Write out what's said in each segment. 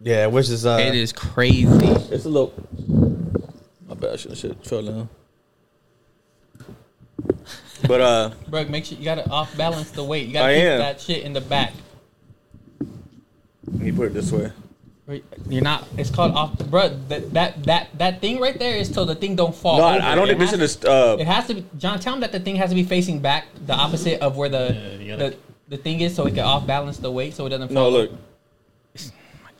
Yeah, which is uh, It is crazy. It's a little. My bad. I shouldn't shit fell down. But uh, Bro, make sure you gotta off balance the weight. You gotta I keep am. that shit in the back. let me put it this way. Right? You're not. It's called off. Bro, that that that, that thing right there is till the thing don't fall. No, over. I, I don't It think this has- is. Uh, It has to be. John, tell him that the thing has to be facing back, the opposite of where the Yeah, you gotta- the, the thing is, so it can off balance the weight, so it doesn't. no, fall. look.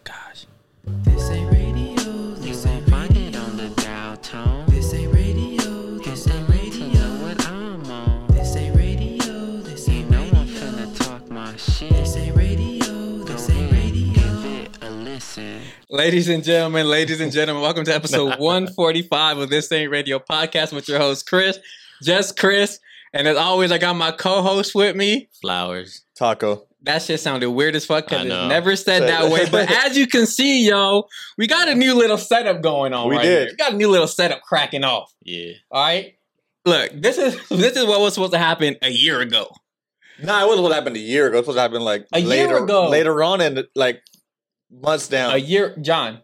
Gosh. This ain't radio. This ain't find it on the dial tone. This ain't radio. This ain't radio. What I'm on. This ain't radio. This ain't radio. You know I'm finna talk my shit. This ain't radio. This ain't radio. Give it a listen. Ladies and gentlemen, ladies and gentlemen, welcome to episode 145 of This Ain't Radio podcast with your host, Chris, just Chris. And as always, I got my co host with me. flowers. taco. That shit sounded weird as fuck I because it's know. never said Say that that. way. But as you can see, yo, we got a new little setup going on We right did. here. We got a new little setup cracking off. Yeah. All right. Look, this is this is what was supposed to happen a year ago. Nah, it was what happened a year ago. It was what happened like A year later, ago. later on, and like months down. A year, John.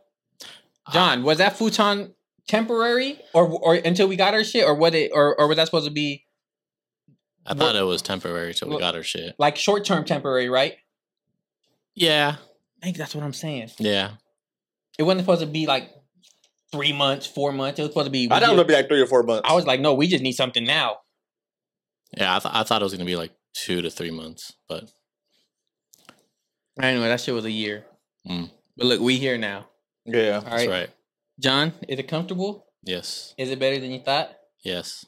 Uh, John, was that futon temporary or or until we got our shit or what it or or was that supposed to be I thought it was temporary till we Well- got our shit. like short term temporary, right? Yeah. I think that's what I'm saying. Yeah. It wasn't supposed to be like three months, four months. It was supposed to be. I thought it would be like three or four months. I was like, no, we just need something now. Yeah. I, th- I thought it was going to be like two to three months, but Anyway, that shit was a year. Mm. But look, we here now. yeah, All that's right. right. John, is it comfortable? Yes. Is it better than you thought? Yes.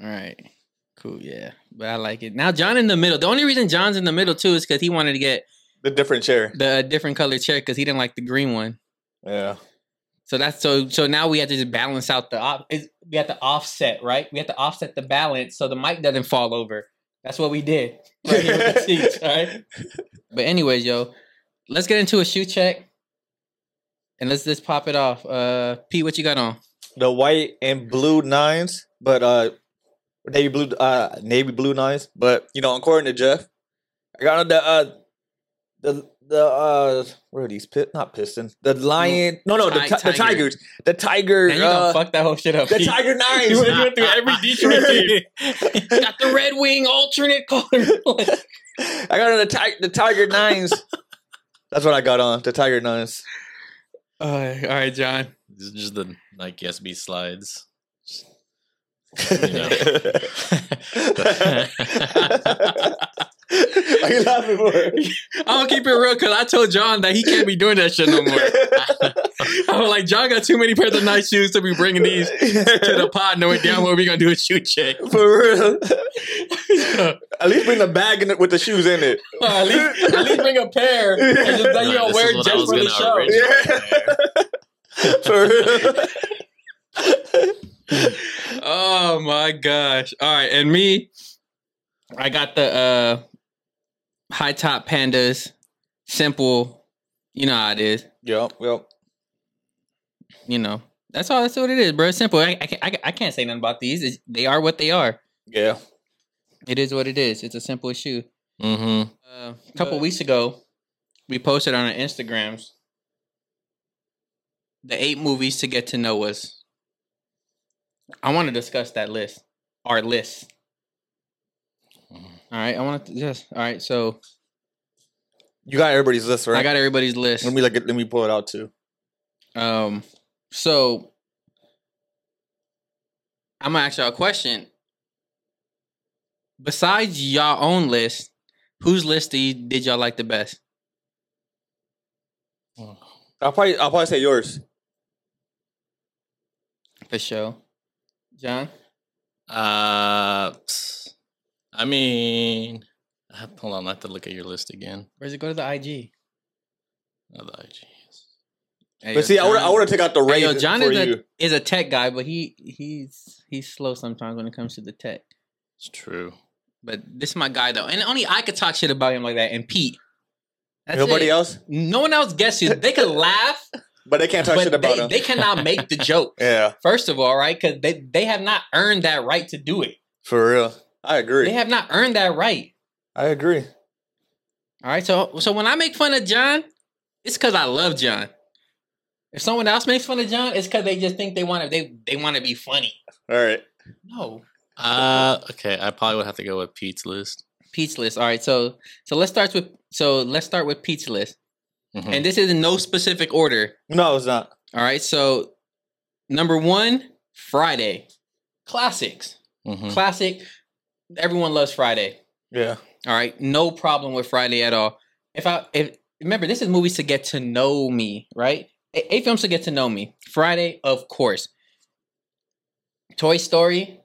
All right. Cool. Yeah. But I like it. Now, John in the middle. The only reason John's in the middle, too, is because he wanted to get the different chair. the different color chair because he didn't like the green one. Yeah, So that's so. So now we have to just balance out the op. Is, we have to offset, right? We have to offset the balance so the mic doesn't fall over. That's what we did. Right here with the seats, all right. But anyways, yo, let's get into a shoe check, and let's just pop it off. Uh, P, what you got on? the white and blue nines, but uh, navy blue, uh, navy blue nines. But you know, according to Jeff, I got on the uh, the the uh, where are these pit? Not piston. The Mm. lion. No, no, the, Ti- ti- the tiger. tigers. The tiger. Man, you done uh, fuck that whole shit up. the P. tiger You nines. went- you went through every Detroit team. got the Red Wing alternate color. Like, I got on the, ti- the tiger nines. That's what I got on the tiger nines. all right, all right, John. This is just the Nike SB slides. Are you laughing for? I'm gonna keep it real because I told John that he can't be doing that shit no more. I was like, John got too many pairs of nice shoes to be bringing these to the pod, knowing damn well we gonna do a shoe check. for real? Or At least bring the bag in it with the shoes in it. at, least, at least bring a pair. And just that you Like, don't this wear is what I just was for the show. gonna originally wear. For real. Oh my gosh! All right, and me, I got the uh high top pandas, simple. You know how it is. Yep, yep. You know that's all. That's what it is, bro. Simple. I, I, can't, I, I can't say nothing about these. It's, they are what they are. Yeah. It is what it is. It's a simple shoe. Mm-hmm. Mhm. Uh, a couple weeks ago, we posted on our Instagrams the eight movies to get to know us. I want to discuss that list, our list. All Mm-hmm. right, I want to yes. All right, so You got everybody's list, right? I got everybody's list. Let me look at, let me pull it out too. Um, so I'm gonna ask y'all a question. Besides y'all own list, whose list do you, did y'all like the best? Uh, I'll probably I'll probably say yours. For sure, John. Uh, pss. I mean, I have- hold on. I have to look at your list again. Where's it go to the IG? Oh, the IG. Hey, But see, I would I would have took out the Hey, rain yo, John for is you. a, is a tech guy, but he he's he's slow sometimes when it comes to the tech. It's true. But this is my guy though, and only I could talk shit about him like that. And Pete, That's Nobody it. else, no one else gets you. They could laugh, but they can't talk but shit about they, him. they cannot make the joke. yeah, First of all, right? Because they they have not earned that right to do it. for real. I agree. They have not earned that right. I agree. All right, so so when I make fun of John, It's because I love John. If someone else makes fun of John, it's because they just think they want to. They they want to be funny. All right. No, Uh, okay. I probably would have to go with Pete's list. Pete's list. All right, so so let's start with so let's start with Pete's list, Mhm. and this is in no specific order. No, it's not. All right, so number one, Friday, classics, Mhm. classic. Everyone loves Friday. Yeah. All right, no problem with Friday at all. If I if remember, this is movies to get to know me, right? A, a films to get to know me. Friday, of course. Toy Story.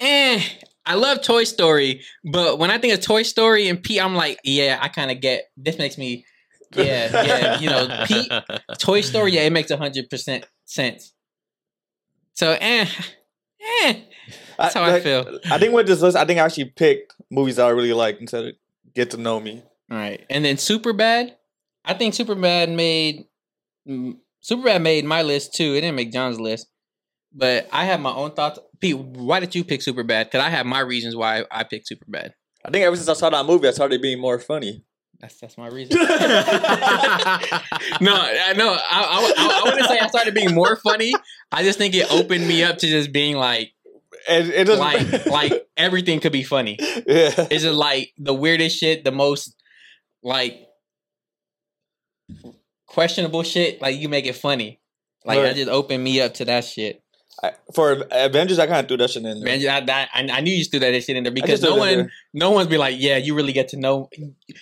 Eh, I love Toy Story, but when I think of Toy Story and Pete, I'm like, yeah, I kind of get this makes me, yeah, yeah, you know, Pete. Toy Story, yeah, it makes hundred percent sense. So, eh, eh, That's how I like, feel. I think with this list, I think I actually picked movies I really like instead of Get to Know Me. All right, and then Superbad. I think Superbad made mm, Superbad made my list too. It didn't make John's list, but I have my own thoughts. Pete, why did you pick Superbad? Because I have my reasons why I picked Superbad. I think ever since I saw that movie, I started being more funny. That's that's my reason. no, I no, I I, I, I wouldn't say I started being more funny. I just think it opened me up to just being like And it doesn't like like everything could be funny. yeah. Is it like the weirdest shit, the most like questionable shit? Like you make it funny. Like Right. that just opened me up to that shit. I, for Avengers, I kind of threw that shit in there. Man, you- I, I, I knew you threw that shit in there I because just no threw that in one, no one's be like, yeah, you really get to know.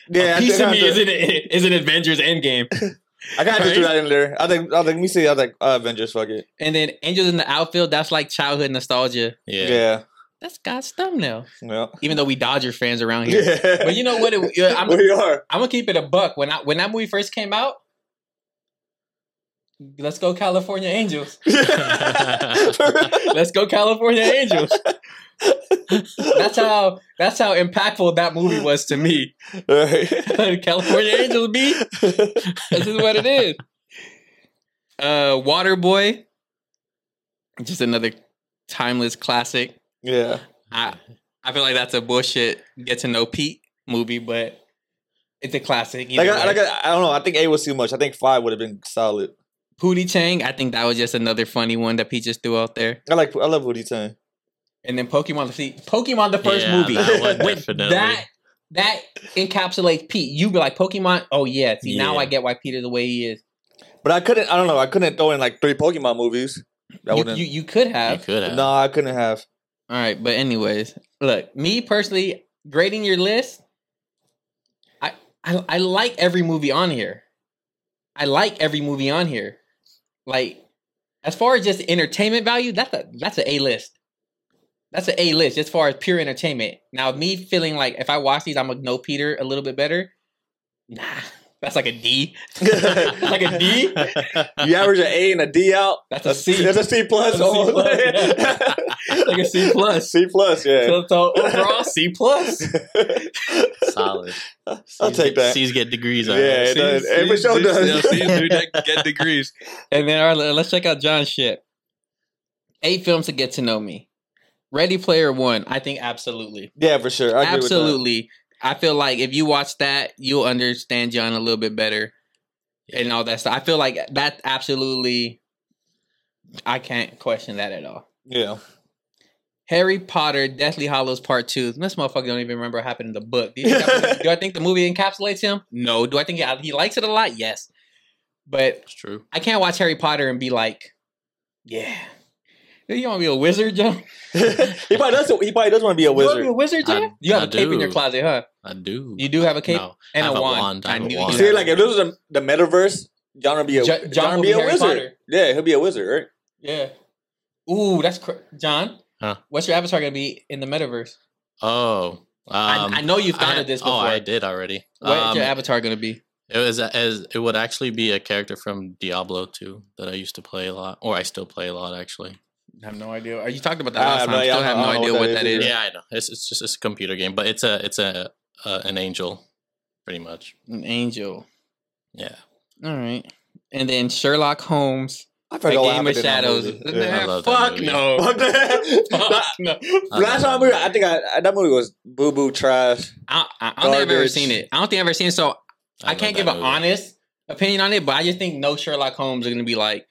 there. yeah, a piece I of think me I is kinda in is in Avengers Endgame, threw- I kind of just threw that in there. I think I think let me see. I was like uh, Avengers, fuck it. and then Angels in the Outfield. That's like childhood nostalgia. Yeah. yeah. Yeah. That's God's thumbnail. Yeah. Even though we Dodger fans around here, but you know what? It, yeah, I'm, we are. I'm gonna keep it a buck. When I when that movie first came out, let's go California Angels. Let's go California Angels. That's how that's how impactful that movie was to me. California Angels be this is what it is. Uh Waterboy. Just another timeless classic. yeah. I I feel like that's a bullshit get to know Pete movie, but it's a classic. either Like, I, way. like I, I don't know. I think eight was too much. I think five would have been solid. Pootie Chang, I think that was just another funny one that Pete just threw out there. I like. I love Woody Tang. And then Pokemon the see, Pokemon the first Yeah, movie. that one When definitely. That that encapsulates Pete. You be like Pokemon. Oh yeah, see now Yeah. I get why Peter's the way he is. But I couldn't. I don't know. I couldn't throw in like three Pokemon movies. That You, wouldn't. you you could You have. could have. no, I couldn't have. All right, but anyways, look, me personally grading your list, I, I I like every movie on here. I like every movie on here. Like as far as just entertainment value, that's a that's a A list. That's an A list as far as pure entertainment. Now, me feeling like if I watch these, I'm gonna know Peter a little bit better. Nah, that's like a D. That's like a D. You average an A and a D out. That's a C. That's a C plus. That's a C plus. C Like a C plus. C plus. Yeah. So, so overall, C plus. Solid. I'll take that. C's get degrees. yeah, all right. it does. C's- Every show C's- does. C's do that- get degrees. And then all right, let- let's check out John's shit. Eight films to get to know me. Ready Player One, I think absolutely, Yeah, for sure. I agree with that. absolutely. I feel like if you watch that, you'll understand John a little bit better, and all that stuff. I feel like that absolutely. I can't question that at all. Yeah. Harry Potter, Deathly Hollows Part Two. This motherfucker don't even remember what happened in the book. Do, you think that- do I think the movie encapsulates him? No. Do I think he, he likes it a lot? Yes. But It's true. I can't watch Harry Potter and be like, yeah. You want to be a wizard, Joe? he probably does. He probably does want to be a You want to be a wizard. wizard, Joe? I- you have I a cape in your do. closet, huh? I do. You do have a cape No, and I have a a wand. wand. I have a knew wand. you See, had like if this was the, the metaverse, John would be a Jo- John John, would be, a Harry wizard. Potter. Yeah, he'll be a wizard, right? Yeah. Ooh, that's cr- John. Huh? What's your avatar gonna be in the metaverse? Oh. um, I, I know you've thought I- of this Oh, before. I did already. What's Um, your avatar gonna be? It was as it would actually be a character from Diablo 2 that I used to play a lot, or I still play a lot actually. I have no idea. Are you talking about I that last have time? no- I yeah, I still don't have know no what idea what that that is is. either. Yeah, I know. It's, it's just it's a computer game, but it's a it's a uh, an angel, pretty much. An angel. Yeah, All right. And then Sherlock Holmes, I A forgot what Game happened of in that Shadows. movie. Yeah. I love that Fuck movie. no. Fuck that. Fuck no. I Last love time that we, I think I, I- that movie was boo boo trash. I, I, I don't think I've ever Garbage. seen it. I don't think I've ever seen it. So I, love can't that give an movie. honest opinion on it, but I just think no Sherlock Holmes are gonna be like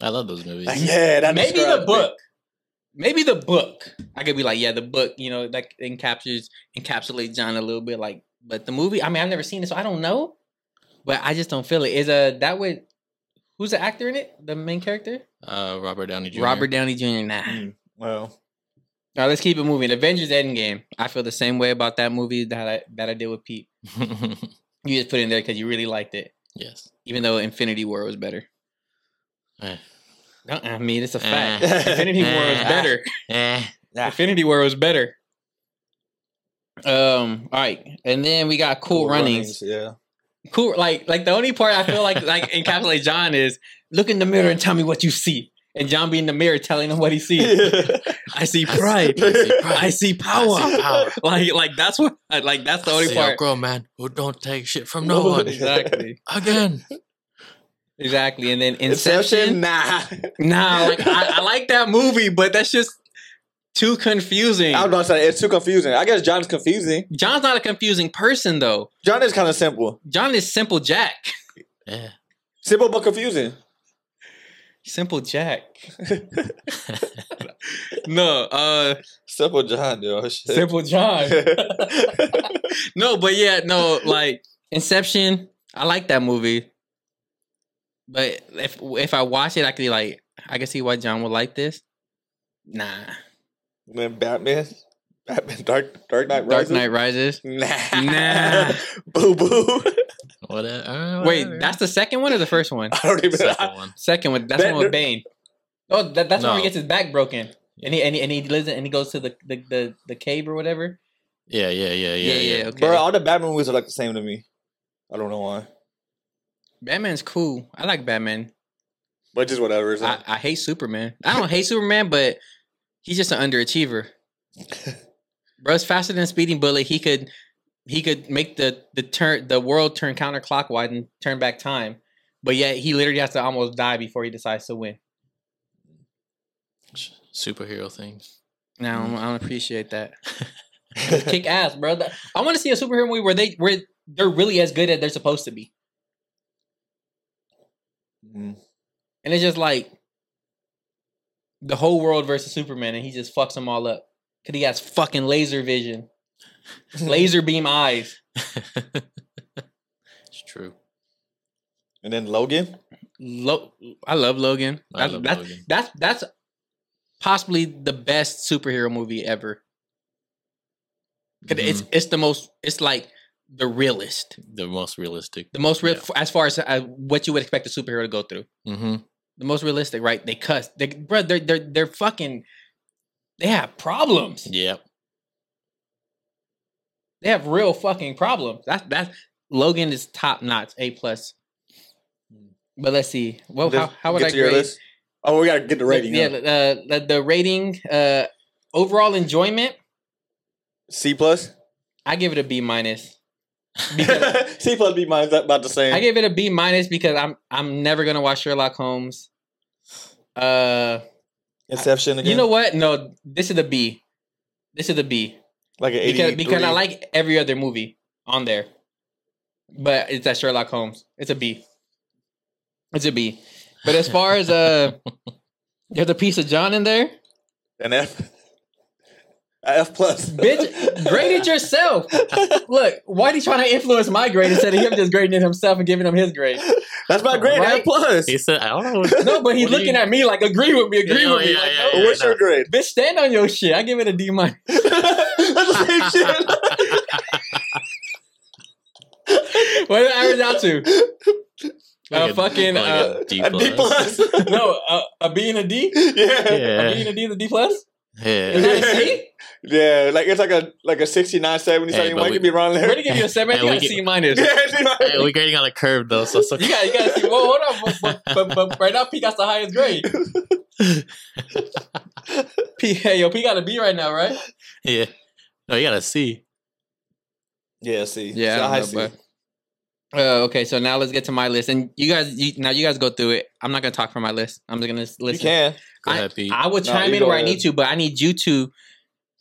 I love those movies. Like, yeah, that maybe describes the it. book. Maybe the book. I could be like, yeah, the book, you know, that encaptures encapsulates John a little bit, like but the movie, I mean I've never seen it, so I don't know. But I just don't feel it. Is uh that with who's the actor in it? The main character? Uh, Robert Downey Jr. Robert Downey Jr. Nah. Mm, Well, All right, let's keep it moving. Avengers Endgame. I feel the same way about that movie that I that I did with Pete. You just put it in there because you really liked it, yes. even though Infinity War was better. Eh. No, I mean it's a fact. Eh. Infinity War was Eh. better. Eh. Ah. Infinity War was better. Um. All right, and then we got cool, runnings. Yeah. Cool. Like like the only part I feel like like encapsulate John is look in the mirror and tell me what you see, and John be in the mirror telling him what he sees. I see pride. I see power. power. Like like that's what like that's the only See a part. grown man who don't take shit from no one Exactly. again. Exactly. And then Inception, Inception. nah. Nah, like I, I like that movie, but that's just too confusing. I was about to say it's too confusing. I guess John's confusing. John's not a confusing person though. John is kind of simple, John is simple Jack. Yeah. simple but confusing. Simple Jack. no, uh Simple John, yo. Shit. Simple John. no, but yeah, no, like Inception, I like that movie. But if if I watch it, I could be like, I can see why John would like this. Nah. then Batman, Batman, Dark Dark Knight Dark Rises. Knight Rises. Nah. Nah. boo boo. Whatever. uh, Wait, whatever. that's the second one or the first one? I don't even. second one. Second one. That's the one with Bane. Oh, that, that's when he No. gets his back broken. And he, and he and he lives in, and he goes to the, the, the, the cave or whatever. Yeah, yeah, yeah, yeah, yeah. Okay. Bro, all the Batman movies are like the same to me. I don't know why, Batman's cool. I like Batman. but just whatever. It's I, like, I hate Superman. I don't hate Superman, but he's just an underachiever. Bro's faster than a speeding bullet. He could he could make the the turn the world turn counterclockwise and turn back time. But yet he literally has to almost die before he decides to win. Superhero things. Now I don't- I don't appreciate that. Just kick ass, bro. That- I want to see a superhero movie where they where they're really as good as they're supposed to be, mm. and it's just like the whole world versus Superman, and he just fucks them all up because he has fucking laser vision, laser beam eyes. it's true. And then Logan. Lo- I love Logan. I That's- love that's, Logan. that's that's possibly the best superhero movie ever. 'Cause It's Mm-hmm. it's the most. It's like the realest. The most realistic. The most real, Yeah. as far as uh, what you would expect a superhero to go through. Mm-hmm. The most realistic, right? They cuss. They, bro, they're, they're, they're fucking, they have problems. Yep. They have real fucking problems. That's, that's, Logan is top notch, A plus. But let's see. Well, Oh, how, how would Get I to your grade? list? Oh, we gotta get the rating. yeah, Yeah, uh, the, the rating, uh, overall enjoyment, C plus. I give it a B minus. C plus B minus that about the same. I give it a B minus because I'm, I'm never going to watch Sherlock Holmes. Uh, Inception again. You know what? No, this is the B. This is the B like an because 83. because I like every other movie on there, but it's at Sherlock Holmes. It's a B. It's a B. But as far as uh, there's a piece of John in there, an F. A F plus. bitch. Grade it yourself. Look, why are you trying to influence my grade instead of him just grading it himself and giving him his grade? That's my grade. Right? F plus. He said, "I don't know." what- No, but he's What do you- looking at me like agree with me, agree Yeah, with me. yeah, like, yeah, no. yeah. What's your grade? Bitch, stand on your shit. I give it a D minus. That's the same shit. What did I average out to? Like A fucking like uh, a D A D plus. no, a, a B and a D. yeah. A B and Yeah. a D is a D plus. Is Yeah. that a C? Yeah, like it's like a like a 69, 70, Hey, something. but Might we- could be wrong We're gonna there. give you a seven. Hey, You we got a get- C minus. Yeah, see, Hey, my- we're grading on a curve though, so it's You okay. got, you got to see. Well, hold on, but, but, but, but right now P got the highest grade. P, hey, yo, P got a B right now, right? Yeah. No, you gotta see. yeah, see. Yeah, I don't see. know, but- Uh, okay, so now let's get to my list, and you guys, you, now you guys go through it. I'm not gonna talk for my list. I'm just gonna s- you listen. can. Go ahead, Pete. I will No, chime you in go where I ahead. need to, but I need you to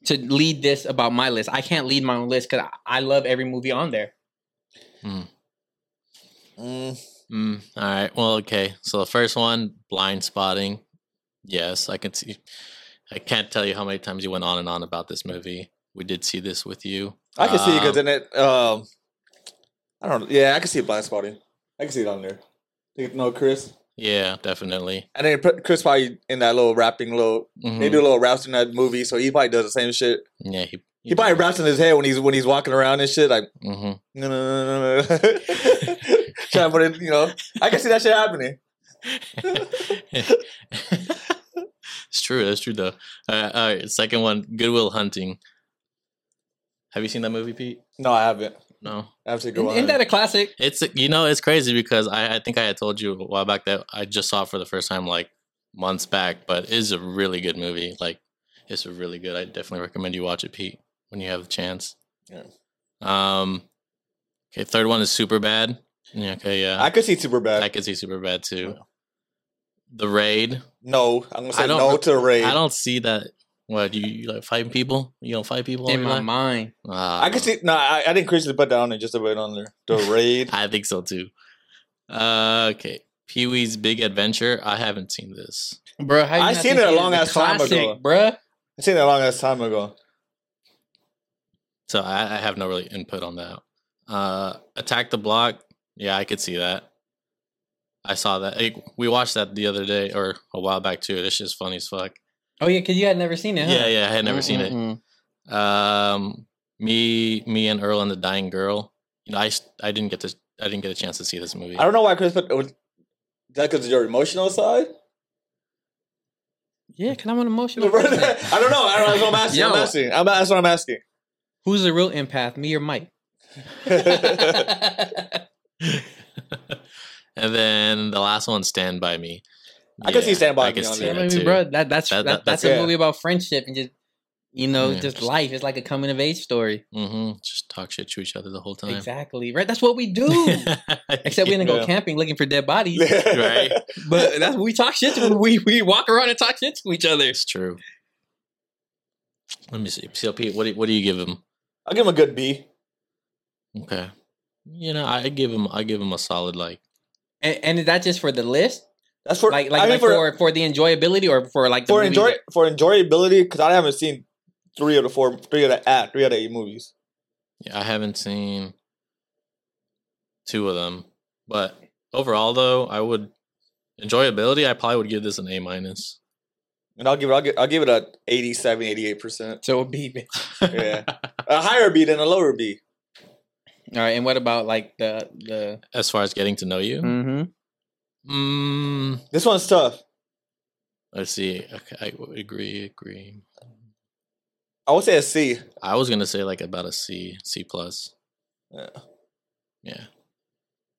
to lead this about my list. I can't lead my own list because I, I love every movie on there. Mm, Mm, all right. Well, okay. So the first one, blind spotting. Yes, I can see. I can't tell you how many times you went on and on about this movie. We did see this with you. I can see it Um, because in it, um, I don't. Yeah, I can see it blind spotting. I can see it on there. You know, Chris, Yeah, definitely. and then pr- Chris probably in that little rapping little. They Mhm. do a little raps in that movie, so he probably does the same shit. Yeah, he. He probably raps in his head when he's when he's walking around and shit. Like hmm no no no no no. Trying to put it, you know. I can see that shit happening. it's true. That's true, though. All right, all right. Second one, Goodwill Hunting. Have you seen that movie, Pete? No, I haven't. No. I have to go Isn't on. that a classic? It's you know it's crazy because I, I think I had told you a while back that I just saw it for the first time like months back, but it is a really good movie. Like it's a really good. I definitely recommend you watch it, Pete, when you have the chance. Yeah. Um. Okay. Third one is Super Bad. Yeah. Okay. Yeah. I Oh, I, could see super bad. could see Super Bad too. The Raid. no, I'm gonna I say don't no re- to Ray. I don't see that. What you, you like fighting people? You don't fight people In my mind. mind. Ah, I can see. No, I, I think Chris just put that on there just to put it on there. The raid. I think so too. Uh, okay. Pee Wee's Big Adventure. I haven't seen this. Bro, how you I not seen think it a it's long ass time classic, ago. Bro, I seen that a long ass time ago. So I, I have no really input on that. Uh, Attack the Block. Yeah, I could see that. I saw that. Hey, we watched that the other day or a while back too. This shit's funny as fuck. Oh yeah, because you had never seen it. Huh? Yeah, yeah. I had never seen it. Mm-hmm. Um, me, me and Earl and the Dying Girl. You know, I, s- I didn't get to I didn't get a chance to see this movie. I don't know why Chris put. Was, that because your emotional side? Yeah, because I'm an I emotional. don't know. I don't know. That's what I'm asking. I'm Yo. asking. I'm, that's what I'm asking. Who's a real empath, me or Mike? and then the last one, Stand by Me. I could see Stand By I could Me on see there. Yeah, that I mean, too. bro, that, that's That- that, that- that's, that's- a yeah. movie about friendship and just you know Yeah, just just- life. It's like a coming of age story. hmm Just talk shit to each other the whole time. Exactly right. That's what we do. Except we didn't Yeah. go camping looking for dead bodies, right. but that's what we talk shit. To, we we walk around and talk shit to each other. It's true. Let me see. CLP, what do, what do you give him? I'll give him a good B. Okay. You know, I give him I give him a solid like And, and is that just for the list, That's for like like, I mean like for, for the enjoyability or for like the for movie enjoy that- for enjoyability because I haven't seen three of the four, three of the at three of the eight movies. I haven't seen two of them, but overall though, I would enjoyability. I probably would give this an A minus. And I'll give it, I'll give, I'll give it a 87, 88 percent. So it'd be Yeah, a higher B than a lower B. all right. And what about like the the? As far as getting to know you, Mm-hmm. Mhm. mm, This one's tough. let's see. Okay, I w- agree. Agree. I would say a C. I was gonna say like about a C, C plus. Yeah. Yeah.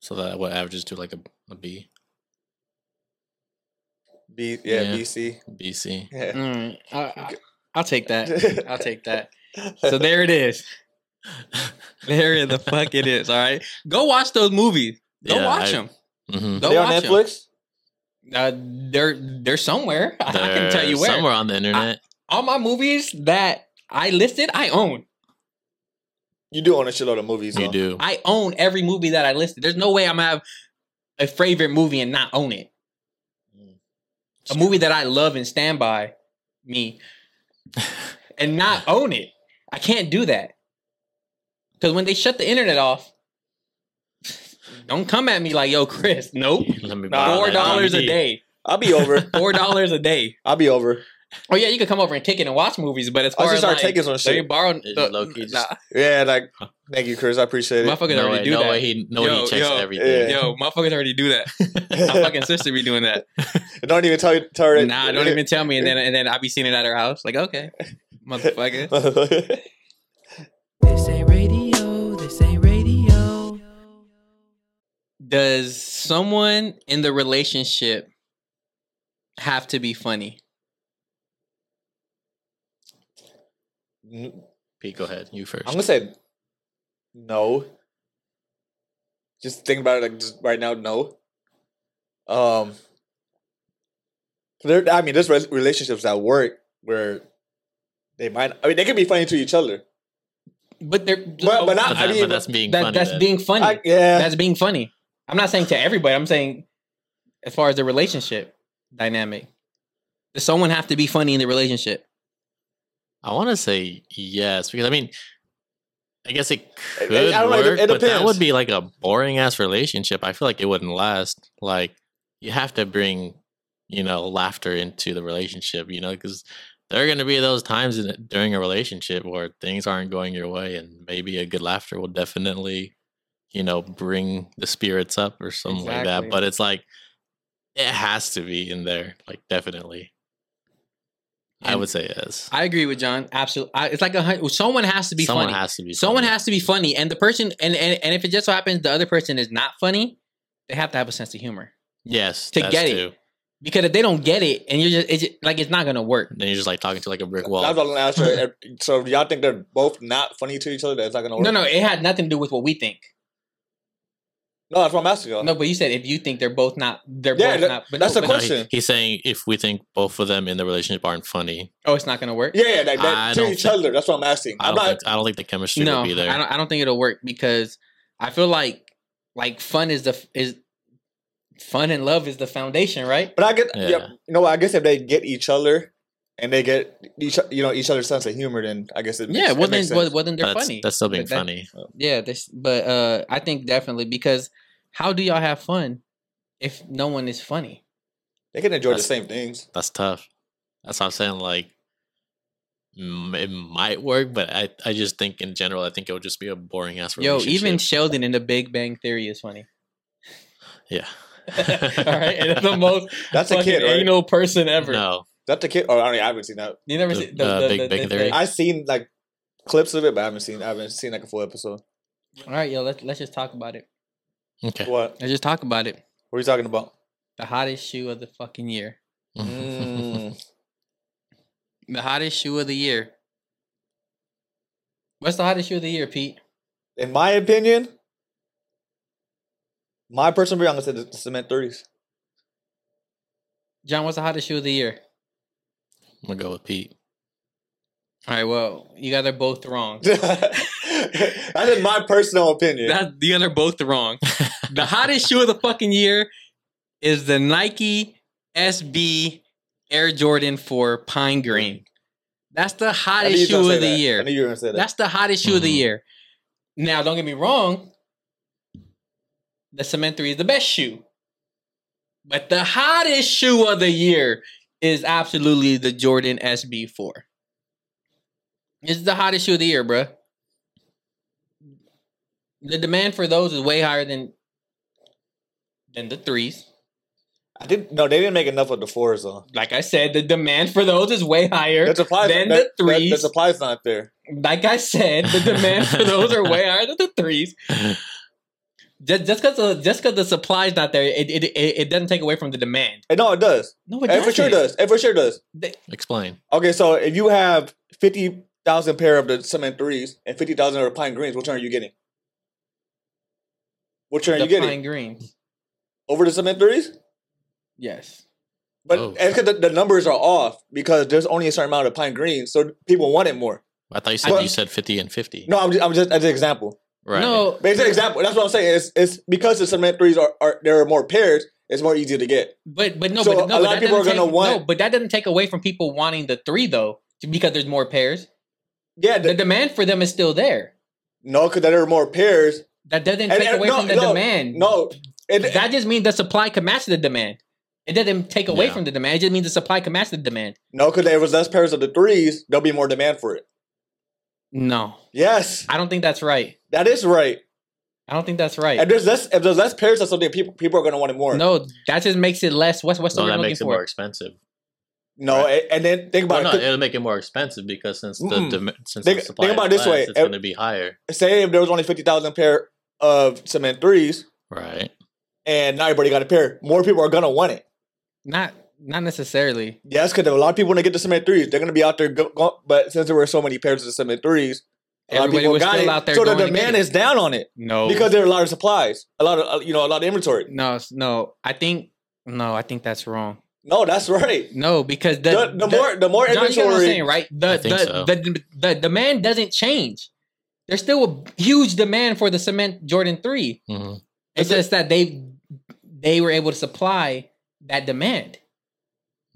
So that what averages to like a, a B, B, yeah, Yeah. B, C. B, C. Yeah. Mm, I, I, I'll take that. I'll take that. So So there it is. There the fuck it is. All right, go watch those movies. Go Yeah, watch I- them. Mhm. Go they on watch 'em. Netflix. Uh, they're they're somewhere. I can tell They're you where. Somewhere on the internet. All my movies that I listed, I own. You do own a shitload of movies. you though. do. I own every movie that I listed. There's no way I'm gonna have a favorite movie and not own it. A movie that I love and stand by me and not own it. I can't do that. Because when they shut the internet off, don't come at me like, yo, Chris, nope. Let me Nah, borrow Four that dollars a DVD. day. I'll be over. Four dollars a day. I'll be over. Oh yeah, you could come over and kick it and watch movies, but as I'll just far as start like, taking some let me shit. borrow, It's the- low-key just- nah, Yeah, like thank you, Chris. I appreciate it. motherfuckers No already way, do no that. way he, no way Yo, he checks yo, everything. yeah. Yo, motherfuckers already do that. My fucking sister be doing that. don't even tell you. Tell her. Nah, don't even tell me. And then and then I be seeing it at her house. Like, okay, motherfucker. This ain't radio, this ain't radio. Does someone in the relationship have to be funny? I'm Pete, go ahead. You first. gonna say no. Just think about it like just right now. No. Um. There, I mean, there's re- relationships at work where they might. I mean, they can be funny to each other. but they're But- but not- But, I that, mean, but that's being that, funny. that's then. being funny. I, yeah, that's being funny. I'm not saying to everybody. I'm saying as far as the relationship dynamic. Does someone have to be funny in the relationship? I want to say yes because I mean, I guess it I- I could don't know, it- work, it but that depends. would be like a boring ass relationship. I feel like it wouldn't last. Like you have to bring, you know, laughter into the relationship. You know, because there are going to be those times in, during a relationship where things aren't going your way, and maybe a good laughter will definitely, you know, bring the spirits up or something like Exactly. that. But it's like it has to be in there, like definitely. I And would say yes. I agree with John. Absolutely. I, it's like a hun- someone has to be Someone funny. has to be. someone funny. has to be funny, and the person and, and and if it just so happens the other person is not funny, they have to have a sense of humor. Yes, to that's get it. true. Because if they don't get it, and you're just it's just- like it's not gonna work. Then you're just like talking to like a brick I was wall. going to ask her. So y'all think they're both not funny to each other? That's not gonna work. No, no, it had nothing to do with what we think. no. That's what I'm asking y'all. No, but you said if you think they're both not, they're Yeah, both that- not. But that's no, the but- question. he- he's saying if we think both of them in the relationship aren't funny, Oh, it's not gonna work. Yeah, yeah, like I that to don't each think- other. That's what I'm asking. I I'm don't, not. think, I don't think the chemistry no, would be there. I don't. I don't think it'll work because I feel like like fun is the is fun and love is the foundation, right? But I get, yeah. Yeah. you know, what, I guess if they get each other and they get each, you know, each other's sense of humor, then I guess it makes, yeah, it well then, makes well, sense. well then they're But that's, funny. that's still being But that- funny. Yeah, this, but uh, I think definitely because how do y'all have fun if no one is funny? they can enjoy the that's- same things. That's tough. That's what I'm saying. Like, mm, it might work, but I, I just think in general, I think it would just be a boring ass Yo, relationship. even Sheldon in The Big Bang Theory is funny. yeah. All right, and that's the most That's a fucking kid, right? anal person ever. No, That's a kid. Oh, I, already- I haven't seen that. You never The- see the, uh, the- Big the- Bang the- Theory. the- I've seen like clips of it, but I haven't seen. I haven't seen like a full episode. All right, yo, let's let's just talk about it. okay. What? Let's just talk about it. What are you talking about? The hottest shoe of the fucking year. Mm, The hottest shoe of the year. What's the hottest shoe of the year, Pete? in my opinion, my personal opinion, I'm gonna say the cement thirties. John, what's the hottest shoe of the year? I'm gonna go with Pete. All right, well, you guys are both wrong. That's in my personal opinion. That's, you guys are both wrong. the hottest shoe of the fucking year is the Nike SB Air Jordan for Pine Green. That's the I knew you hottest was gonna shoe say of the that. I year. knew you were gonna say that. That's the hottest shoe of the Mhm. year. Now, don't get me wrong. The cement three is the best shoe. But the hottest shoe of the year is absolutely the Jordan SB4. It's the hottest shoe of the year, bruh. The demand for those is way higher than than the threes. I didn't. No, they didn't make enough of the fours though. Like I said, the demand for those is way higher. The supply's, Then that- the that- The threes. supply's not there. like I said, the demand for those are way higher than the threes. Just just because the just because the supply's not there, it it, it it doesn't take away from the demand. And no, it does. No, it It for sure does. It for sure does. Explain. Okay, so if you have fifty thousand pair of the cement threes and fifty thousand of the pine greens, what turn are you getting? What turn are The you getting pine greens. over the cement threes? Yes. But Oh. it's 'cause the, the numbers are off because there's only a certain amount of pine greens, so people want it more. I thought you said But- you said 50 and 50. No, I'm just, I'm just as an example. right. No. But it's an example. That's what I'm saying. It's, it's because the cement threes are, are there are more pairs. It's more easy to get. But but no. So but, no, a but lot of that people are doesn't gonna take- want- No, but that doesn't take away from people wanting the three though, because there's more pairs. Yeah, The the, demand for them is still there. no, because there are more pairs. That doesn't And- take and away no, from the no, demand. No, it, That just means the supply can match the demand. It doesn't take away Yeah. from the demand. It just means the supply can match the demand. No, because there was less pairs of the threes, there'll be more demand for it. No, Yes, I don't think that's right. that is right. I don't think that's right. If there's less, if there's less pairs of something, people people are gonna want it more. No, that just makes it less. What's what's the No, word that I'm looking makes it for? more expensive. no, a- and then think Well, about no, it. it'll make it more expensive because since the Mm-mm. dem- Mm-hmm. since Think- the supply think about is it this less, way. it's Ev- going to be higher, Say if there was only fifty thousand pair of cement threes, right? and now everybody got a pair, more people are gonna want it. Not not necessarily. Yes, because a lot of people want to get the cement threes. They're gonna be out there, go, go- but since there were so many pairs of the cement threes, a lot of Everybody people was got still it. out there so the going to get demand it. Oh. is down on it No, because there are a lot of supplies, a lot of uh, you know, a lot of inventory. no, s- no. I think no. I think that's wrong. No, that's right. No, because the The, the more the more John, you get what I'm inventory, saying, right? I The the, think so. the the demand doesn't change. There's still a huge demand for the cement Jordan 3. hmm It's just that they they were able to supply that demand.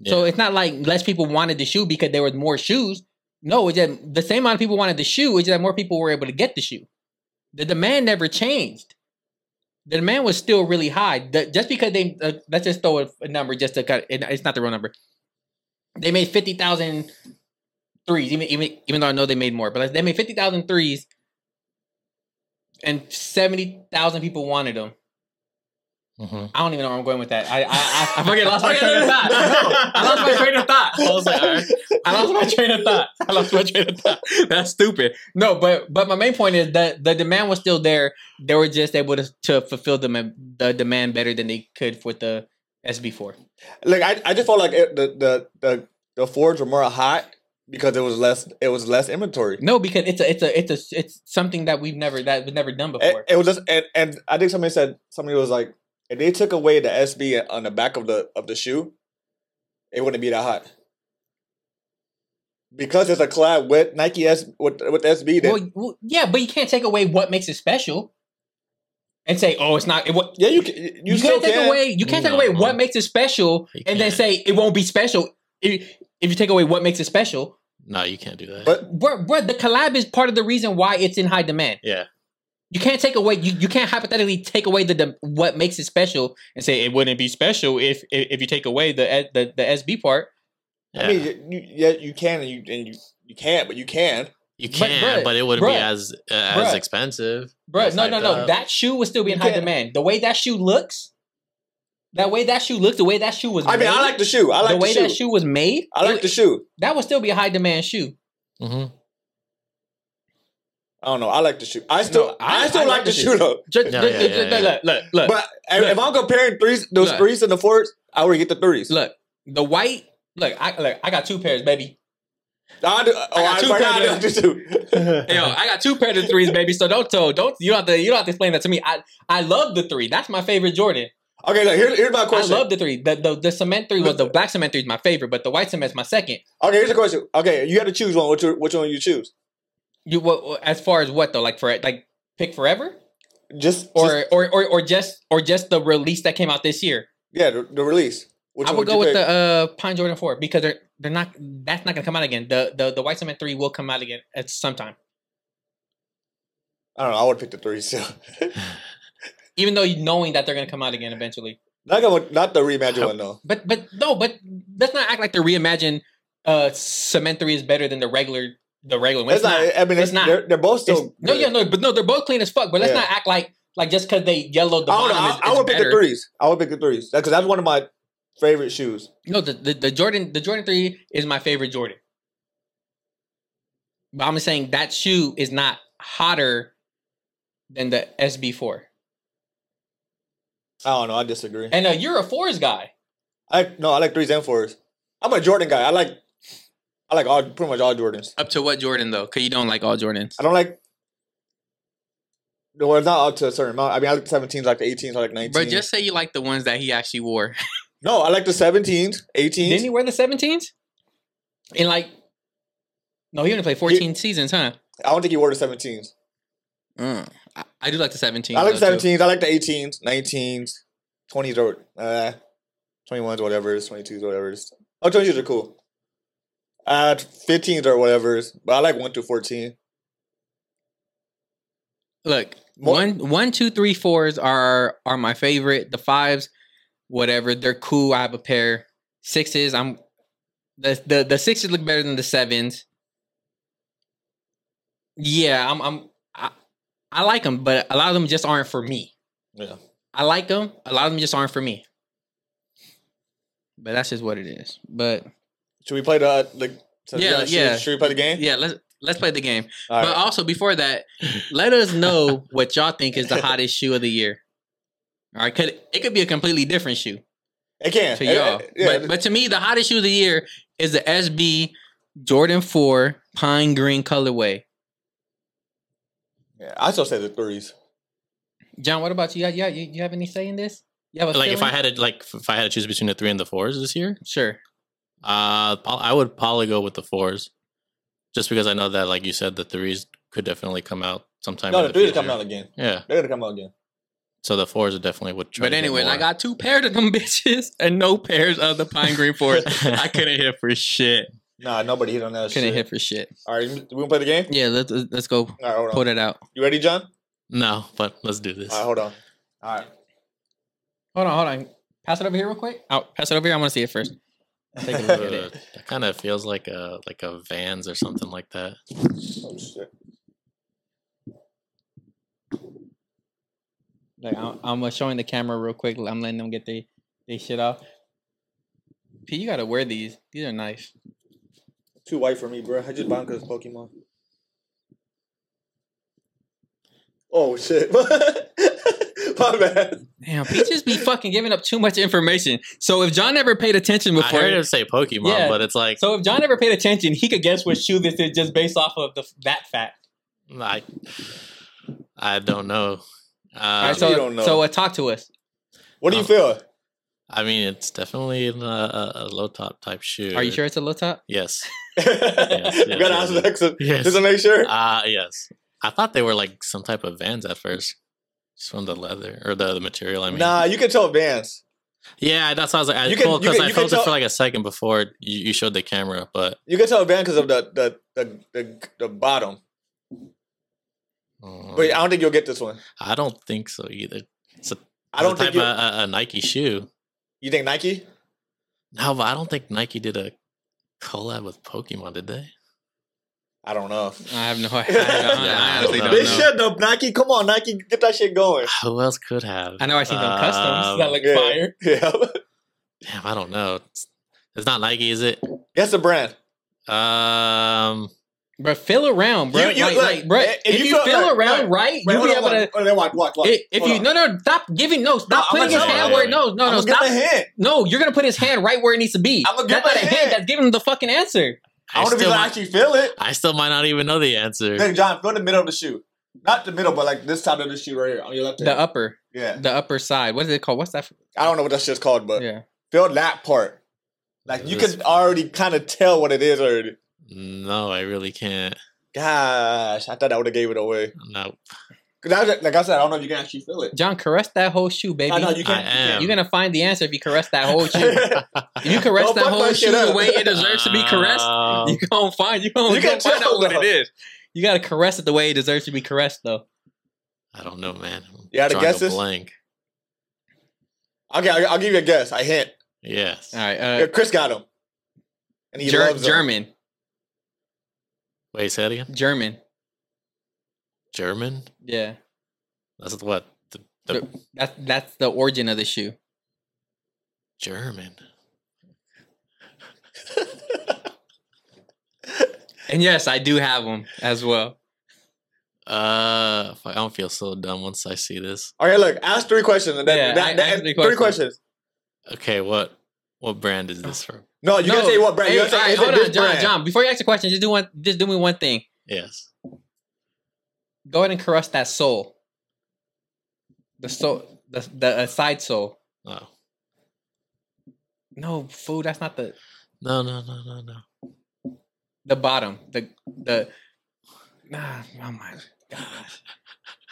So Yeah. it's not like less people wanted the shoe because there were more shoes. No, it's that the same amount of people wanted the shoe. It's that more people were able to get the shoe. The demand never changed. The demand was still really high. The- just because they uh, let's just throw a, a number just to cut. It, it's not the real number. They made 50,000 threes, even even even though I know they made more, but like, they made 50,000 threes, and seventy thousand people wanted them. hmm I don't even know where I'm going with that. I I, I, I fucking lost my train of thought. No, I lost my train of thought. I was like, all right. I lost my train of thought. I lost my train of thought. That's stupid. No, but but my main point is that the demand was still there. They were just able to, to fulfill the the demand better than they could with the SB4. Like I, I just felt like it, the, the the the Fords were more hot because it was less it was less inventory. No, because it's a it's a it's a it's something that we've never that was never done It, before. it was just and, and I think somebody said somebody was like if they took away the SB on the back of the of the shoe, it wouldn't be that hot. Because it's a collab with Nike S with with SB. Then, well, well, yeah, but you can't take away what makes it special and say, "Oh, it's not." It, what, yeah, you can, you, you, still can't take can. away. You can't take away No. what makes it special, You and then can't. say it won't be special if, if you take away what makes it special. no, you can't do that. But- Bro, bro, the collab is part of the reason why it's in high demand. yeah, You can't take away. You, you can't hypothetically take away the, the what makes it special and say it wouldn't be special if if, if you take away the, the the SB part. I mean, you, you, yeah, you can and you and you you can't, but you can. you but can, but, bruh, it wouldn't be bruh, as uh, as bruh. expensive. Bro, That's no, no, hyped no. up. That shoe would still be in You high can't- demand. The way that shoe looks, that way that shoe looks, the way that shoe was. I mean, I made, like the shoe. I like the the, way shoe. that shoe was made. I like it- the shoe. that would still be a high demand shoe. hmm I don't know. I like the shoe. I still, No, I- I, still I like like the the shoe though. Just, Yeah, just- yeah, just- yeah, just- yeah. Look, look, look. But if- if I'm comparing threes, those Look. threes and the fours, I would get the threes. Look, the white. Look, I look. I got two pairs, baby. I do, oh, I, got two forgot I pairs. do too. Yo, I got two pairs of threes, baby. So don't tell. Don't you don't have to. You don't have to explain that to me. I I love the three. That's my favorite Jordan. okay, look. Here's, here's my I question. love the three. The, the the cement three was the black cement three is my favorite, but the white cement's my second. okay, here's the question. Okay, you had to choose one. Which which one you choose? You what, what- as far as what though? Like for like pick forever Just or just- or, or or just or just the release that came out this year. yeah, the, the release. Which I one would go you with pick? the uh, Pine Jordan Four because they're they're not that's not gonna come out again. The the the White Cement Three will come out again at some time. I don't know. I would pick the threes. So. Even though you knowing that they're gonna come out again eventually. not gonna, not the reimagined one though. But but no, but let's not act like the reimagined uh cement three is better than the regular the regular one. That's It's not. not. I mean, It's it's not. not. They're, they're both It's- still. no, good. yeah, no, but no, they're both clean as fuck. But let's Yeah. not act like like just because they yellowed the I don't know. bottom. I, is, I is would pick better. the threes. I would pick the threes because that's one of my favorite shoes. No, the, the the Jordan the Jordan three is my favorite Jordan. But I'm saying that shoe is not hotter than the SB four. I don't know. I disagree. And uh, you're a fours guy. I no, I like threes and fours. I'm a Jordan guy. I like I like all pretty much all Jordans. Up to what Jordan though? Because you don't like all Jordans. I don't like well, it's not up to a certain amount. I mean, I like the 17s, I like the 18s, I like 19s. But just say you like the ones that he actually wore. no, I like the 17s, 18s. Didn't he wear the 17s? In like, no, he only played 14 seasons, huh? I don't think he wore the 17s. Mm. I, I do like the 17s. I like though, too. 17s, I like the 18s, 19s, 20s or uh, 21s, whatever it is, 22s, whatever it is. Oh, 22s are cool. Uh, 15s or whatever it is, but I like 1 through 14. Look, More- one, one, two, three, fours are are my favorite. The fives, whatever, they're cool. I have a pair. Sixes, I'm the the the sixes look better than the sevens. Yeah, I'm I'm I, I like them, but a lot of them just aren't for me. Yeah. I like them. A lot of them just aren't for me. But that's just what it is. But Should we play the, uh, the so- Yeah, should, yeah. Should we play the game? yeah, let's let's play the game. All right. But also before that, let us know what y'all think is the hottest shoe of the year. All right, could it could be a completely different shoe It can. to It- y'all. it- yeah, But but to me, the hottest shoe of the year is the SB Jordan 4 Pine Green colorway. yeah, I still say the threes. John, what about you? Yeah, you, you have any say in this? You have a Like if I had had to, like if I had to choose between the three and the fours this year, sure. Uh, pol- I would probably go with the fours, just because I know that, like you said, the threes could definitely come out sometime. No, in the the three's future. coming out again. Yeah, They're gonna come out again. so the fours are definitely what. But anyway, I got two pairs of them bitches and no pairs of the pine green forest. I couldn't hit for shit. Nah, nobody hit on that Couldn't shit. hit for shit. All right, we gonna play the game. Yeah, let's let's go All right, hold on. put it out. You ready, John? no, but let's do this. All right, hold on. All right. Hold on, hold on. Pass it over here real quick. I'll pass it over here. I want to see it first. Take a look at Uh, it. that kind of feels like a like a Vans or something like that. Oh shit. Like I'm, I'm uh, showing the camera real quick. I'm letting them get they they shit off. P, you gotta wear these. These are nice. Too white for me, bro. I just bought because Pokemon. Oh shit. My bad. Damn, P just be fucking giving up too much information. So if John never paid attention I before, heard him say Pokemon, Yeah. but it's like so if John never paid attention, he could guess what shoe this is just based off of the, that fact. I I don't know. All Uh, right, so you don't know. so uh, talk to us. What do you Oh. Um, feel? I mean, it's definitely in a, a, a low top type shoe. Are you sure it's a low top? Yes. we gotta yes, answer that 'cause- Yes. just to make sure. Uh yes. I thought they were like some type of Vans at first, just from the leather or the, the material. I mean, Nah, you can tell bands. yeah, that's how I was like, I, You can- well, you 'cause can- I you can felt it tell- for like a second before you, you showed the camera, but You can tell band because of the the, the the the bottom. um, But I don't think you'll get this one. I don't think so either. It's a, I don't type think you, of a, a Nike shoe. you think Nike. No, but I don't think Nike did a collab with Pokemon, did they? I don't know. I have no idea. I, don't- I honestly Yeah, I don't don't This know. shit, though, Nike. Come on, Nike, get that shit going. Who else could have? I know I seen them customs Um, that look yeah. fire. Yeah, Damn, I don't know. It's, it's not Nike, is it? that's the brand. Um, But feel around, bro. You- you- like, look, like, bro, if if, you you, feel- feel look, around look, right, Wait, you'll hold be on, able to. watch, wait, watch, watch, watch. i- If Hold you on. no no stop giving no stop No, I'ma putting his give him hand a where hand. no no I'm no gonna give stop him a hand. no you're gonna put his hand right where it needs to be. I'ma give that's him not a a hand. hand. That's giving him the fucking answer. I I, want to be still like, might, actually feel it. I still might not even know the answer. Then John, feel the middle of the shoe, not the middle, but like this side of the shoe right here on your left. The hand. upper, yeah, the upper side. What is it called? What's that? I don't know what that shit's called, but Yeah. feel that part. Like you This- can already kind of tell what it is already. No, I really can't. Gosh, I thought I would have gave it away. No, Cause I, was- like I said, I don't know if you can actually feel it. John, caress that whole shoe, baby. I know you I can't. am. You're gonna find the answer if you caress that whole you shoe. if Oh, you caress Don't that fuck my whole shit shoe the up. way it deserves to be caressed, Um, you gonna find you gonna, You you can gonna find tell, out what though. it is. You gotta caress it the way it deserves to be caressed, though. I don't know, man. I'm You had a drawing guess this? Blank. okay, I'll, I'll give you a guess. I hint. Yes. All right, Yeah, uh, Chris got him, and he Ger- loves him. German, Wait, say that again. German. German? Yeah, That's what the, the that's that's the origin of the shoe. German. And yes, I do have them as well. Uh, fuck, I don't feel so dumb once I see this. Okay, look, ask three questions and then Yeah, that- I- that- ask three three questions. questions. Okay, what what brand is this from? No, you gotta say what brand. Hey, you gotta say, all right, is it hold this on, John. brand? John, before you ask a question, just do one. Just do me one thing. Yes. Go ahead and caress that sole. The sole, the the uh, side sole. Oh. No, food. That's not the No, no, no, no, no. the bottom. The the. Nah, oh my gosh.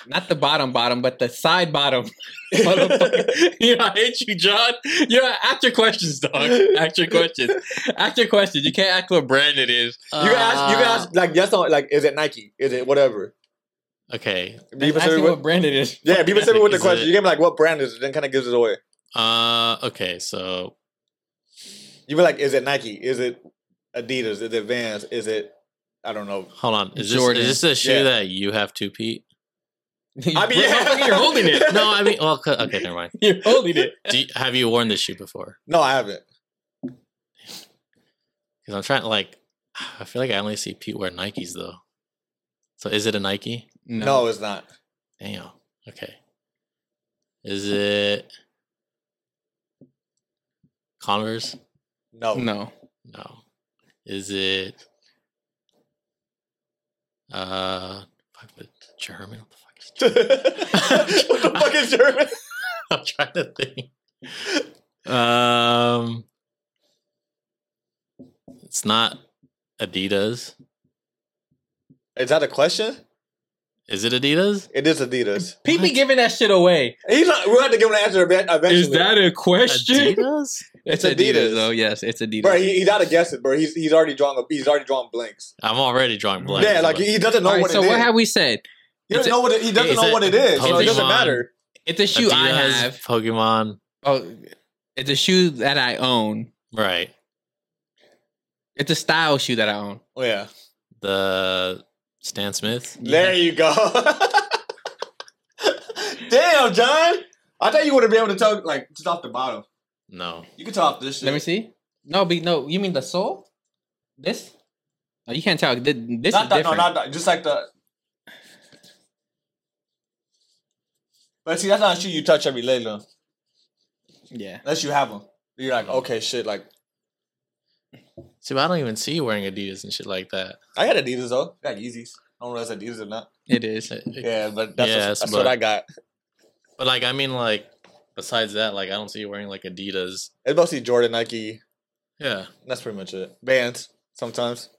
Not the bottom bottom, but the side bottom. Motherfucker. you know, I hate you, John. You know, ask your questions, dog. Ask your questions. Ask your questions. You can't ask what brand it is. You can ask. You Uh, can Uh, ask. Like yes, or like is it Nike? Is it whatever? Okay. Be Ask specific me with, what brand it is. yeah, be specific Nike, with the is question. it- You can be like, what brand is it? Then kind of gives it away. Uh, okay. So You be like, is it Nike? Is it Adidas? Is it Vans? Is it I don't know. hold on. Is this, Jordan. is this a shoe Yeah. that you have to Pete? I mean, yeah. You're holding it. No, I mean, well, 'cause- okay, never mind. You're holding it. Do you, have you worn this shoe before? No, I haven't. Because I'm trying to like, I feel like I only see Pete wear Nikes though. So is it a Nike? No, it's not. Damn. Okay. Is it Converse? No, No. No. Is it uh fuck with German? What the fuck is what the fuck is German? I'm trying to think. Um It's not Adidas. Is that a question? Is it Adidas? It is Adidas. People giving that shit away. He's not, we'll have to give him an answer event- eventually. Is that a question? Adidas? It's Adidas. though. Yes, it's Adidas. Bro, he, he's out of guesses, bro. He's he's already drawing a, he's already drawing blanks. I'm already drawing blanks. yeah, like but he doesn't know All right, what so it what is. have we said? he doesn't know what it, he doesn't is know it what it is. So it doesn't Pokemon? matter. It's a shoe I Adidas, have. Pokemon. Oh, it's a shoe that I own. Right. It's a style shoe that I own. Oh, yeah. The Stan Smith. There you go. Damn, John. I thought you would have been able to tell like just off the bottom. No. You can tell off this shit. Let me see. No, be no. You mean the sole? This? No, you can't tell. Th- This not is that, no, different. not that. Just like the. But see, that's not a shoe you touch every day, though. yeah. Unless you have them, you're like, okay, shit. Like See, but I don't even see you wearing Adidas and shit like that. I got Adidas though. I got Yeezys. I don't know if that's Adidas or not. It is. Yeah, but that's, what, Yes, that's but- what I got. But like, I mean, like, besides that, like, I don't see you wearing like Adidas. It's mostly Jordan, Nike. Yeah. That's pretty much it. Vans sometimes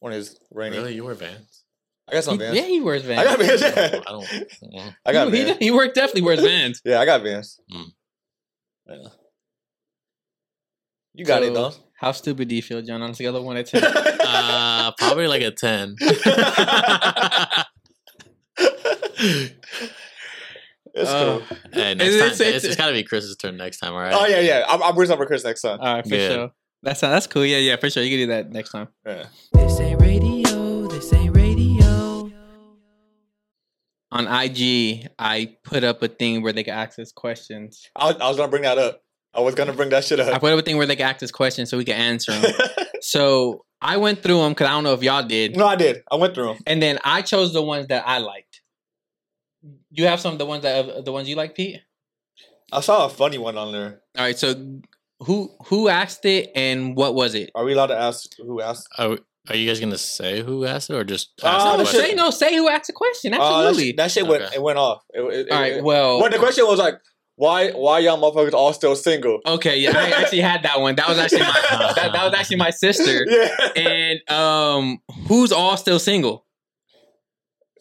when it's raining. Really, you wear Vans? I got some He- Vans. yeah, he wears I Vans. got Vans. I Yeah. don't. I don't- mm. I got he, he, Vans. he work- definitely wears Vans. Yeah, I got Vans. Mm. Yeah. You got it So, though. How stupid do you feel, John? On a scale of one to ten. uh, probably like a ten. It's Uh, cool. hey, Is it- next time, it's- it's, it's gotta be Chris's turn next time. All right. Oh yeah, yeah. I'm, I'm bringing up for Chris next time. All right, for Yeah. sure. That's uh, that's cool. Yeah, yeah, for sure. You can do that next time. Yeah. This ain't radio, this ain't radio. On IG, I put up a thing where they can ask us questions. I, was, I was gonna bring that up. I was gonna bring that shit I up. put up a thing where they can ask us questions so we can answer them. so I went through them because I don't know if y'all did. no, I did. I went through them. And then I chose the ones that I liked. You have some of the ones that of the ones you like, Pete? I saw a funny one on there. All right, so who who asked it and what was it? Are we allowed to ask who asked? Are, are you guys gonna say who asked it or just? Oh, ask the Uh, no, that question? say no, say who asked the question. Oh, that shit- Absolutely. that shit, went. Okay. It went off. It, it, All it- right, well, Well, the question was like, why why y'all motherfuckers all still single? okay, yeah, I actually had that one. That was actually my that, that was actually my sister. Yeah, And um, who's all still single?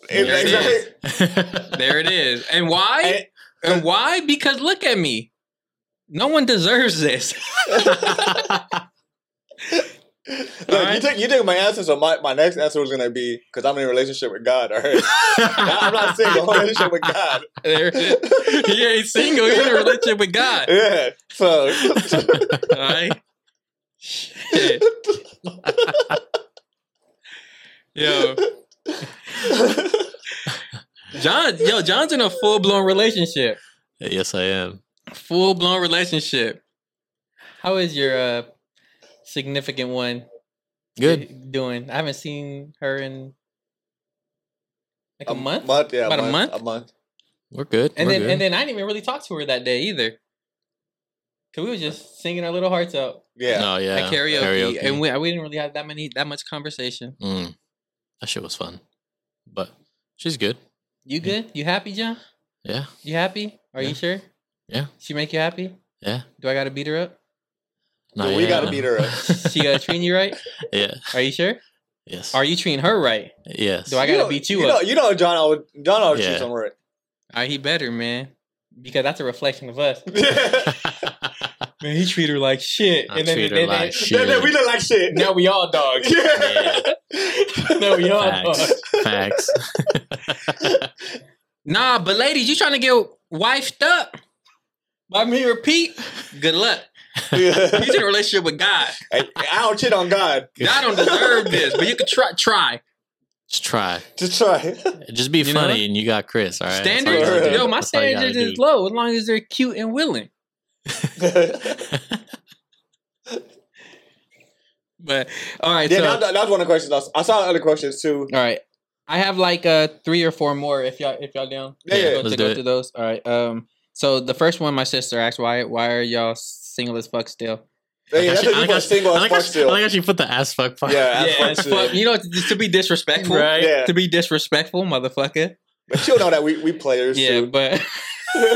There it exactly. is. There it is. And why? And why? Because look at me. No one deserves this. Look, you Alright. took you took my answer, so my, my next answer was gonna be because I'm in a relationship with God. All right, I'm not single. I'm in a relationship with God. There it is. he ain't single. He's in a relationship with God. Yeah, so All right. Shit. yo, John. Yo, John's in a full blown relationship. yes, I am. Full blown relationship. How is your uh, significant one Good. doing? I haven't seen her in like a, month. month, yeah, About a month? a month. We're good. And Um, We're then good. and then I didn't even really talk to her that day either. Cause we were just singing our little hearts out Yeah, No, Oh, yeah. at karaoke, and we, we didn't really have that many that much conversation. Mm. That shit was fun. But she's good. You good? You happy, John? Yeah. You happy? Are Yeah. you sure? Yeah. She make you happy? Yeah. Do I gotta beat her up? Dude, we gotta beat her up. She gotta treat you right? yeah. Are you sure? Yes. Are you treating her right? yes. Do I You gotta know- beat you, You up? know, you know, John, I would John, I would Yeah. choose on right. All right, he better, man. Because that's a reflection of us. Man, he treat her like shit. I treat her like shit. Then, then we look like shit. now we all dogs. Yeah. now we all dogs. Facts. Facts. Nah, but ladies, you trying to get wifed up by me or Pete? Good luck. Yeah. He's in a relationship with God. Hey, I don't cheat on God. God don't deserve this, but you could try. Try Just try. Just try. Just be You know funny and you got Chris. All right. That's all you standards. what gotta do. Yo, my That's all you standards gotta is do. low as long as they're cute and willing. But all right, Yeah, so that, that was one of the questions. I saw, I saw other questions too. all right, I have like uh three or four more if y'all if y'all down. Yeah, yeah. go, Let's to do go it. through those. All right. Um. So the first one, my sister asked, "Why why are y'all single as fuck still?" Hey, that's Actually, a good I like one. how- Single I as like fuck how she- I like still. how she put the ass fuck part. Yeah, as yeah, fuck as still. fuck. You know, to, to be disrespectful, Right. Yeah. to be disrespectful, motherfucker. But you know that we we players. Yeah, too. but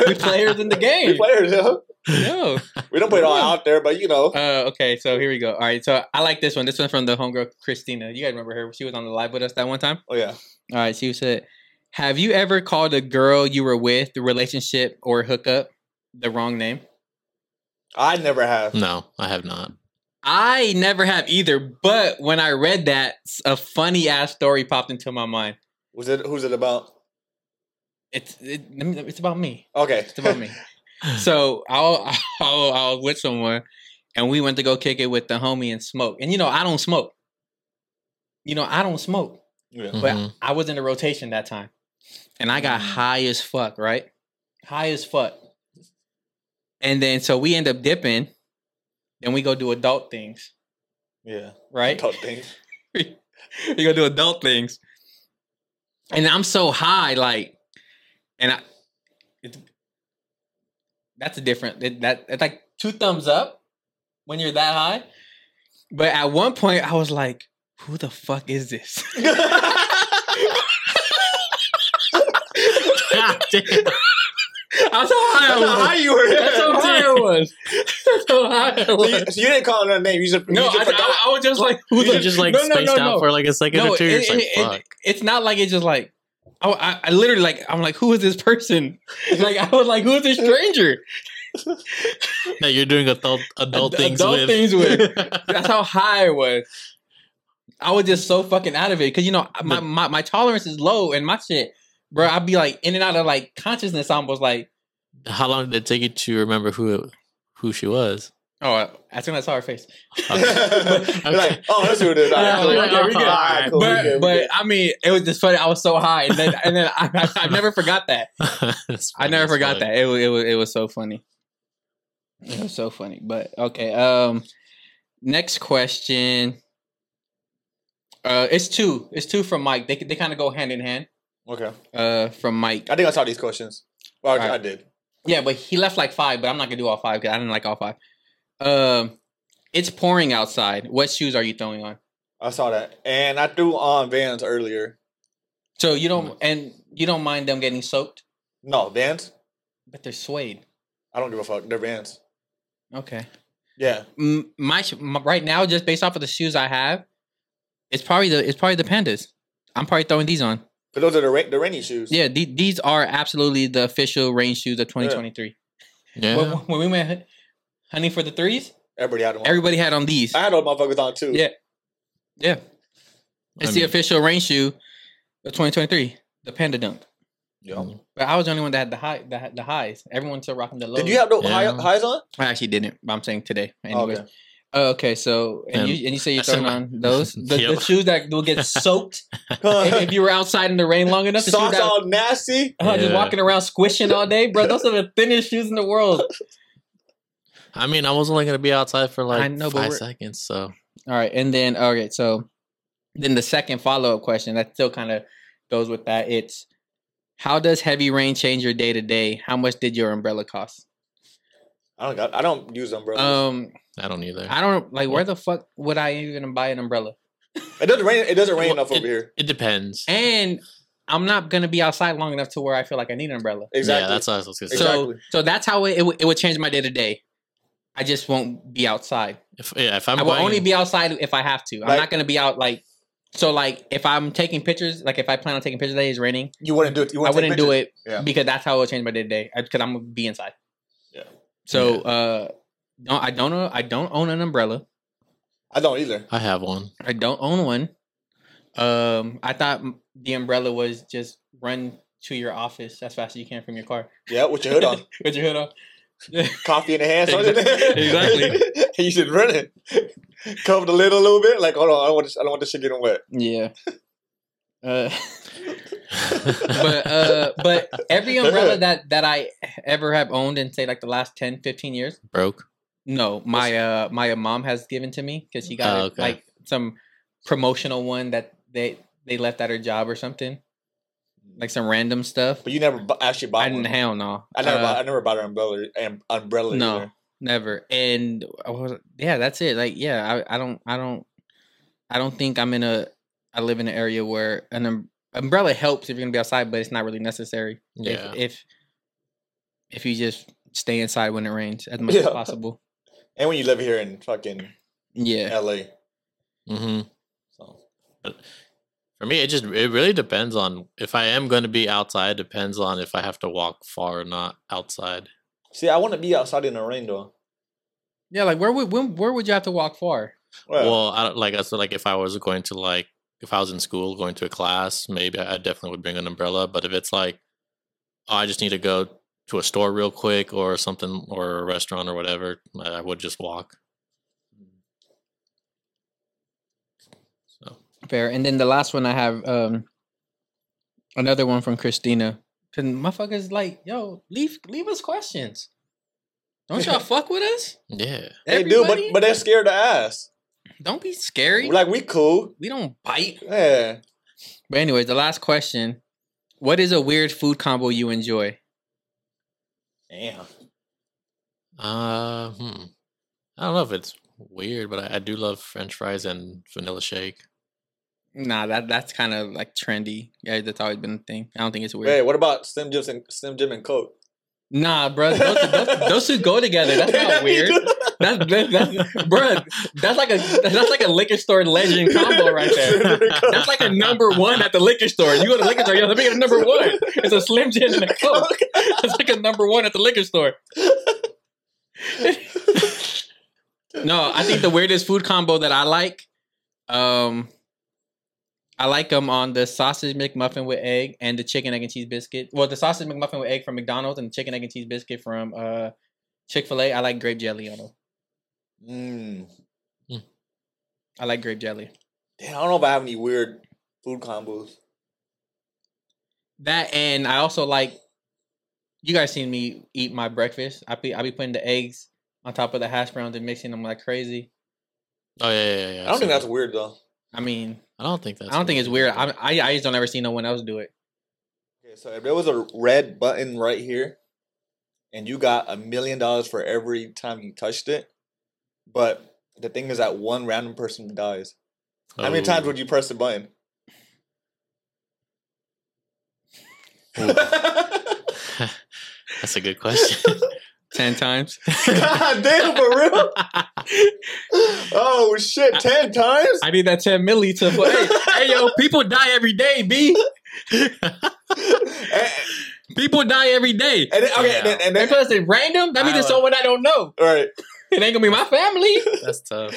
we players in the we game. players. Huh? No. We don't put it all out there, but you know. Uh, okay, so here we go. All right, so I like this one. This one's from the homegirl Christina. You guys remember her? She was on the live with us that one time. oh yeah. All right, she said, Have you ever called a girl you were with, the relationship or hookup, the wrong name? I never Hmm. have. No, I have not. I never have either, but when I read that, s- a funny ass story popped into my mind. Was it? Who's it about? It's it, let me- it's about me. Okay. It's about me. so I wa- I wa- I was with someone, and we went to go kick it with the homie and smoke. And you know I don't smoke. You know I don't smoke. Yeah. but Mhm. I was in a rotation that time, and I got high as fuck, right? High as fuck. And then so we end up dipping, then we go do adult things, Yeah. right? Talk things. we go do adult things, and I'm so high, like, and I, it, that's a different it, that it's like two thumbs up when you're that high. But at one point, I was like, "Who the fuck is this?" God damn. I was so high. I That's how was. high you were. That's how high I was. That's how high I So you, was. so you didn't call her name. You just, No, you I, just forgot. I, I was just like, who You the- just like no, no, spaced no, out no. for like a second No, or two. You're it- just like, it- it- fuck. it's not like it's just like, I, I, I literally like, I'm like, who is this person? Like, I was like, who is this stranger? that you're doing adult adult Ad- things adult with. things with. That's how high I was. I was just so fucking out of it because you know my, my my tolerance is low and my shit, bro. I'd be like in and out of like consciousness, almost like How long did it take you to remember who who she was? oh, as soon as I saw her face. You're like, oh, that's who it is. All right, Yeah, cool. like, Okay, we good. All right, cool, we but good, Oh, we but good. I mean, it was just funny. I was so high, and then and then I, I, I never forgot that. That's I never funny as forgot fuck. that. It was it was it was so funny. It was so funny. But okay. Um, next question. Uh, it's two. It's two from Mike. They they kind of go hand in hand. Okay. Uh, from Mike. I think I saw these questions. Well, I, All right. I did. Yeah, but he left like five. But I'm not gonna do all five because I didn't like all five. Um, it's pouring outside. What shoes are you throwing on? I saw that, and I threw on Vans earlier. So you Mm. don't and you don't mind them getting soaked, No Vans. but they're suede. I don't give a fuck. They're Vans. Okay. Yeah. m- my, sh- my right now just based off of the shoes I have, it's probably the it's probably the pandas. I'm probably throwing these on. But those are the, ra- the rainy shoes. Yeah, the- these are absolutely the official rain shoes of 2023. Yeah. When, when we went hun- hunting for the threes, Everybody had one. everybody had on these. I had those motherfuckers on too. Yeah. Yeah, it's the mean- official rain shoe of 2023, the panda dunk. Yeah. Um, But I was the only one that had the high the, the highs. Everyone's still rocking the lows. Did you have those high, Yeah. highs on? I actually didn't, but I'm saying today. Anyways. Okay. Oh, okay, so and, And- you and you say you're I said throwing my- on those the, the Um, Yep. shoes that will get soaked if, if you were outside in the rain long enough, the shoes Socks that, all nasty. uh, just Yeah. walking around squishing all day, bro. Those are the thinnest shoes in the world. I mean, I was only gonna be outside for like know, but five we're- seconds, so All right, and then all right, so then the second follow up question that still kind of goes with that. It's how does heavy rain change your day to day? How much did your umbrella cost? I don't got. I don't use them, bro. Um, I don't either. I don't like where the fuck would I even buy an umbrella? it doesn't rain. It doesn't rain Well, enough over here. it depends. And I'm not gonna be outside long enough to where I feel like I need an umbrella. Exactly. Yeah, that's what I was gonna say. Exactly. So so that's how it, it would- it would change my day to day. I just won't be outside. If, yeah, if I'm i will going- only be outside if I have to. I'm Like- not gonna be out like so. Like if I'm taking pictures, like if I plan on taking pictures today, it's raining. you wouldn't do it. You I wouldn't wouldn't do it Yeah. because that's how it'll change my day to day. Because I'm gonna be inside. Yeah. So uh, don't I don't know I don't own an umbrella. I don't either. I have one. I don't own one. Um, I thought m- the umbrella was just run to your office as fast as you can from your car Yeah, with your hood on, with your hood on. coffee in the hand. Exactly. you should run it. Cover the lid a little bit. Like, hold on, I don't want this. I don't want this shit getting wet. Yeah. Uh, but uh but every umbrella that that i ever have owned in say like the last 10 15 years broke. Mm-hmm. no my uh my mom has given to me because she got Oh, it, okay. like some promotional one that they they left at her job or something like some random stuff Mm. But you never bu- actually i bought didn't one. hell no I never. Uh, bought, I never bought an umbrella. An umbrella. No. either. never and I was, yeah that's it like yeah I, I don't i don't i don't think i'm in a i live in an area where an um, umbrella helps if you're gonna be outside but it's not really necessary Yeah. if, if if you just stay inside when it rains as much as Yeah. possible And when you live here in fucking yeah L.A., Mm-hmm. so For me, it just it really depends on if I am going to be outside. Depends on if I have to walk far or not outside. See, I want to be outside in the rain though. Yeah, like where would when, where would you have to walk far? Well, Well, I don't, like I said, like if I was going to like if I was in school going to a class, maybe I definitely would bring an umbrella. But if it's like oh, I just need to go to a store real quick or something or a restaurant or whatever, I I would just walk. So Fair. And then the last one I have um another one from Christina. Cause motherfuckers like, yo, leave leave us questions. Don't y'all fuck with us? yeah, they do, but Everybody? but they're scared to ask. don't be scary. Like we cool. we don't bite. Yeah. But anyways, the last question. What is a weird food combo you enjoy? Damn. uh, hmm. I don't know if it's weird, but I, I do love French fries and vanilla shake. Nah, that that's kind of like trendy. Yeah, that's always been a thing. I don't think it's weird. Hey, what about Slim Jim and Slim Jim and Coke? Nah, bro, those, those, those two go together. That's Yeah, not we weird. do. That's, that's, that's bro. That's like a that's like a liquor store legend combo right there. Slim Jim and Coke. That's like a number one at the liquor store. You go to the liquor store, yo, let me get a number one. It's a Slim Jim and a Coke. It's like a number one at the liquor store. no, I think the weirdest food combo that I like, um, I like them on the sausage McMuffin with egg and the chicken egg and cheese biscuit. Well, the sausage McMuffin with egg from McDonald's and the chicken egg and cheese biscuit from uh, Chick Fil A. I like grape jelly on them. Mm. I like grape jelly. Damn, I don't know if I have any weird food combos. That and I also like. You guys seen me eat my breakfast. I be I be putting the eggs on top of the hash browns and mixing them like crazy. Oh yeah, yeah, yeah. I don't seen think that's that. weird though. I mean, I don't think that's. I don't think it's weird. I, I I just don't ever see no one else do it. Okay, so if there was a red button right here, and you got a million dollars for every time you touched it, but the thing is that one random person dies. How many Oh, times would you press the button? God That's a good question. Ten times. damn, for real? Oh shit, ten times? I need that ten milli to. Hey, hey, yo, people die every day. B and, people die every day. and then, okay, and then, and And then, plus it's random. That means it's someone I don't know. all right. It ain't gonna be my family. that's tough.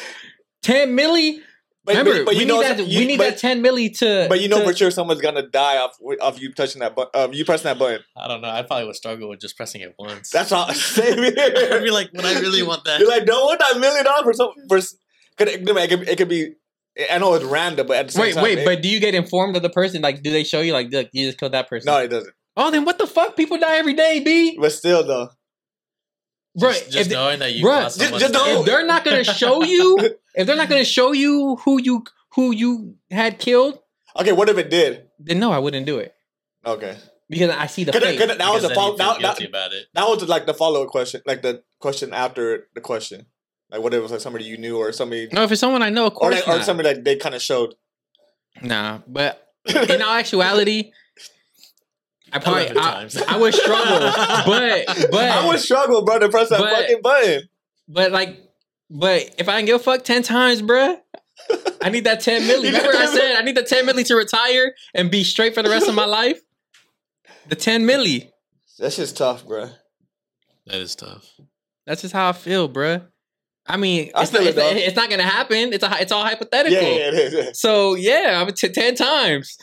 Ten milli. But, Remember, but, but we you need know, that. you- we need but, that ten milli to. But you know to- for sure someone's gonna die off off you touching that button. Um, you pressing that button. I don't know. I probably would struggle with just pressing it once. That's all. Same I'd be here. like, would I really want that? You're like, don't want that million dollars for something. For s- could it, it could it could be. I know it's random, but at the same Wait, time, wait, it- but do you get informed of the person? Like, do they show you like, look, you just killed that person? no, it doesn't. Oh, then what the fuck? People die every day, b. But still, though, Bro, just, if, just they- knowing that you bruh, cost just- someone just to- know- if they're not gonna show you, if they're not gonna show you who you who you had killed, okay. What if it did? then no, I wouldn't do it Okay, because I see the could it, face. could it, that was the because then follow, you feel that, that, guilty about it. that was like the follow up question, like the question after the question, like what if it was like somebody you knew or somebody No, if it's someone I know, of or course like, or not. somebody that they kind of showed. Nah, but in all actuality, I probably Eleven I, times. I would struggle, but but I would struggle, bro, to press that but- fucking button. But like, but if I can give a fuck ten times, bruh, I need that ten milli. You Remember got I 10 said I need the ten milli to retire and be straight for the rest of my life. The ten milli. That shit's tough, bro. That is tough. That's just how I feel, bruh. I mean, I it's not, feel it, it's, dog. it's not gonna happen. It's a, hi- it's all Yeah, hypothetical. yeah, it is. yeah. So yeah, I'm t- ten times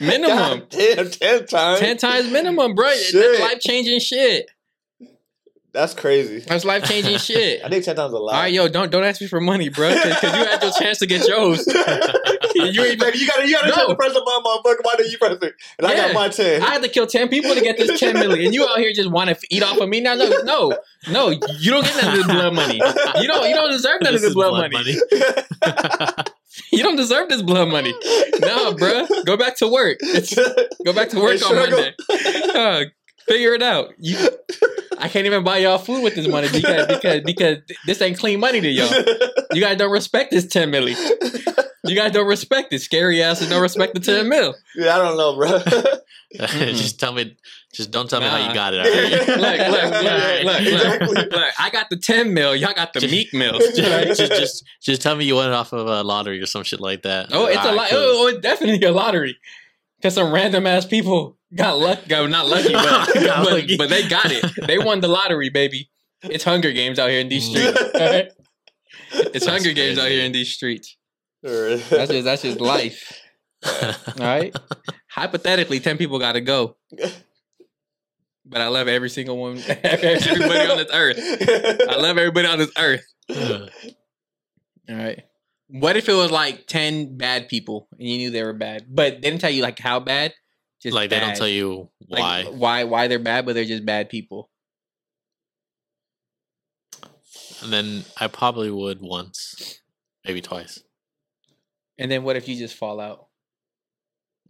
minimum. God damn, ten times. Ten times minimum, bruh. Shit. That's life changing shit. That's crazy. That's life changing shit. I think ten times a lot. All right, yo, don't don't ask me for money, bruh, because you had your chance to get yours. You ain't- Like, you gotta, you gotta No. try to press the button, motherfucker. Why didn't you press it? And I got Yeah. my ten. I had to kill 10 people to get this 10 million. And you out here just want to eat off of me now? No, no, no. You don't get none of this blood money. You don't you don't deserve none of this blood, money. You don't deserve this blood money. No, bruh. Go back to work. It's- go back to work Hey, on struggle. Monday. Uh, figure it out. You, I can't even buy y'all food with this money because because because this ain't clean money to y'all. You guys don't respect this 10 million. You guys don't respect it. Scary asses don't respect the 10 mil. yeah, I don't know, bro. just tell me, just don't tell me how Nah. you got it. All Look, right? look, look, Yeah, look, exactly. look, look. I got the 10 mil. Y'all got the Just- meek mil. just, just, just, just tell me you won it off of a lottery or some shit like that. Oh, it's a All lot. right, cool. Oh, it's definitely a lottery. Because some random ass people got luck. got- Not lucky, but, Got but, lucky. but they got it. They won the lottery, baby. It's Hunger Games out here in these streets. alright? It's Mm-hmm. That's Hunger Games out crazy. here in these streets. That's That's just that's just life. All right. Hypothetically, ten people got to go. But I love every single one, everybody on this earth. I love everybody on this earth. All right. What if it was like ten bad people and you knew they were bad, but they didn't tell you like how bad? Just like they don't bad. tell you Like, why. why, why they're bad, but they're just bad people. and then I probably would once, maybe twice, And then what if you just fall out?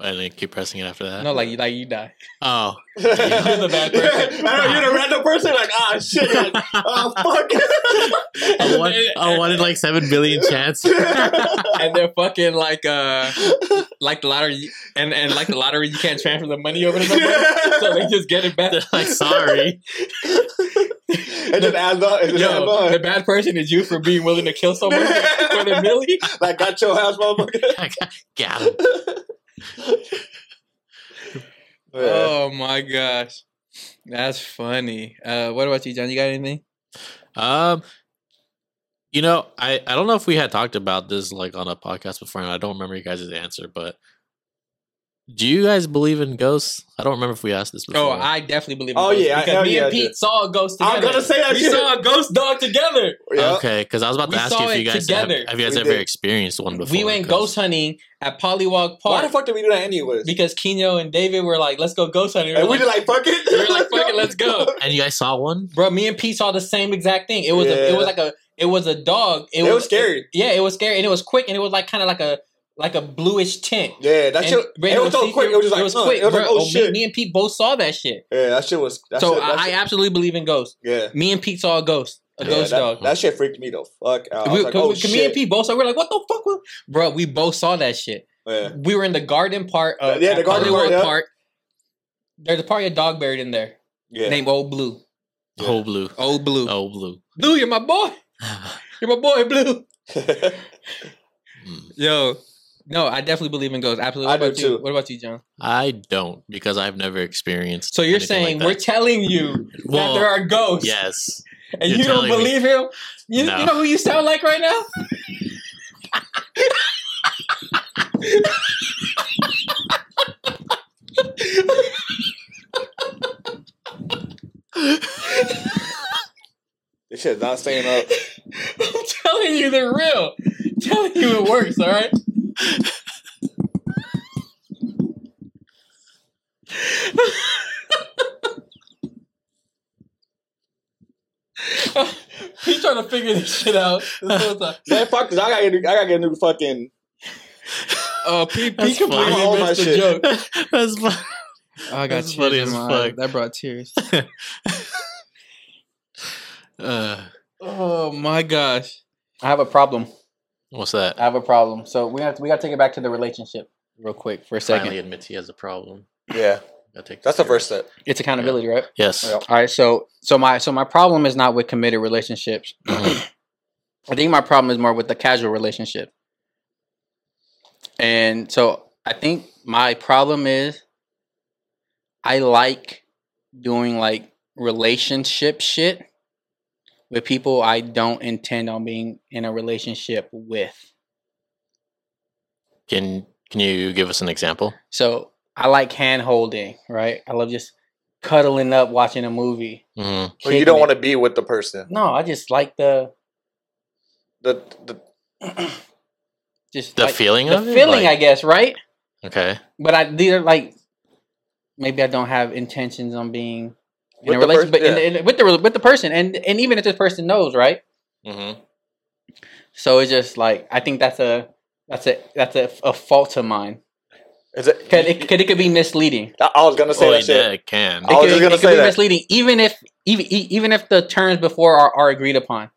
and then keep pressing it after that. No, like you like you die. Oh, You're the bad person. I know you're the random person. Like, ah, shit. Like, oh, fuck. a one, a one in like seven billion chance. and they're fucking like uh like the lottery and and like the lottery you can't transfer the money over to somebody. so they just get it back. They're like, sorry. it just adds up. It just adds Yo, on. the bad person is you for being willing to kill someone for the millie. Like, got your house, motherfucker. I got, got 'em. Oh my gosh, that's funny. Uh, what about you, John? You got anything? Um, you know, I I don't know if we had talked about this like on a podcast before, and I don't remember you guys' answer. But do you guys believe in ghosts? I don't remember if we asked this before. Oh, I definitely believe. in Oh, ghosts yeah, I- because hell me yeah, I and Pete do. saw a ghost together. I'm gonna say that we shit. saw a ghost dog together. Yeah. okay, because I was about We to ask saw you if it you guys have, together. have you guys We ever did. experienced one before. We went 'Cause- ghost hunting at Pollywog Why Park the fuck did we do that anyways? because Kino and David were like, "Let's go ghost hunting." and were we just like, fuck it. We were like, "Fuck it, let's go." and you guys saw one. bro. Me and Pete saw the same exact thing. It was a, Yeah. it was like a it was a dog. It was scary. yeah, it was scary and it was quick and it was like kind of like a like a bluish tint. Yeah, that And- shit. but It was so secret. quick. It was just like, uh, quick, it was like, bro. oh me- shit. Me, and Pete both saw that shit. Yeah, that shit was. That so shit, that I, shit- I absolutely believe in ghosts. yeah. Me and Pete saw a ghost, a Yeah, ghost that, dog. That shit freaked me the fuck out. I we, was like, cause oh we- cause me and shit. Pete both saw. we We're like, what the fuck, was-" bro? We both saw that shit. Yeah. We were in the garden part of Yeah, the at garden Hollywood part, yeah. Park. There's a party of dog buried in there Yeah. named Old Blue. Yeah. Oh blue, Old Blue. oh blue. Blue, you're my boy. You're my boy, Blue. Hmm. Yo, no, I definitely believe in ghosts. Absolutely. I What do about you? too. What about you, John? I don't because I've never experienced. So you're anything like saying that. we're telling you Well, that there are ghosts, yes. and you're you don't telling me. believe him? You, No. you know who you sound like right now? This shit's not staying up. I'm telling you they're real. I'm telling you it works, all right? He's trying to figure this shit out. This whole time. Man, fuck this. I gotta, get, I gotta get a new fucking. Oh, Pete, That's Pete completely funny. All my missed the shit. joke. That's fun. Oh, I That's funny as fuck. That brought tears. Uh, Oh my gosh. I have a problem. what's that? I have a problem. So we have to, we got to take it back to the relationship real quick for a second. Finally admits he has a problem. Yeah, Gotta take that's this the first step. It's accountability, right? care. Yes. Yeah. All right, so so my so my problem is not with committed relationships. Mm-hmm. I think my problem is more with the casual relationship. And so I think my problem is I like doing like relationship shit with people I don't intend on being in a relationship with. Can Can you give us an example? So I like hand holding, right? I love just cuddling up, watching a movie. Mm. Well, you kicking don't it. want to be with the person. No, I just like the The, the just The like- feeling the of it? feeling, I Like, guess, right? okay. But I these are like maybe I don't have intentions on being in With a the relationship, person, but in, in- with the with the person, and and even if this person knows, right? Mm-hmm. So it's just like I think that's a that's a that's a, a fault of mine is it? because it, 'cause it could be misleading. I, I was gonna say Well, that Oh, yeah, shit. it can. I It was could, just gonna it could say be that. misleading, even if even e- even if the terms before are, are agreed upon,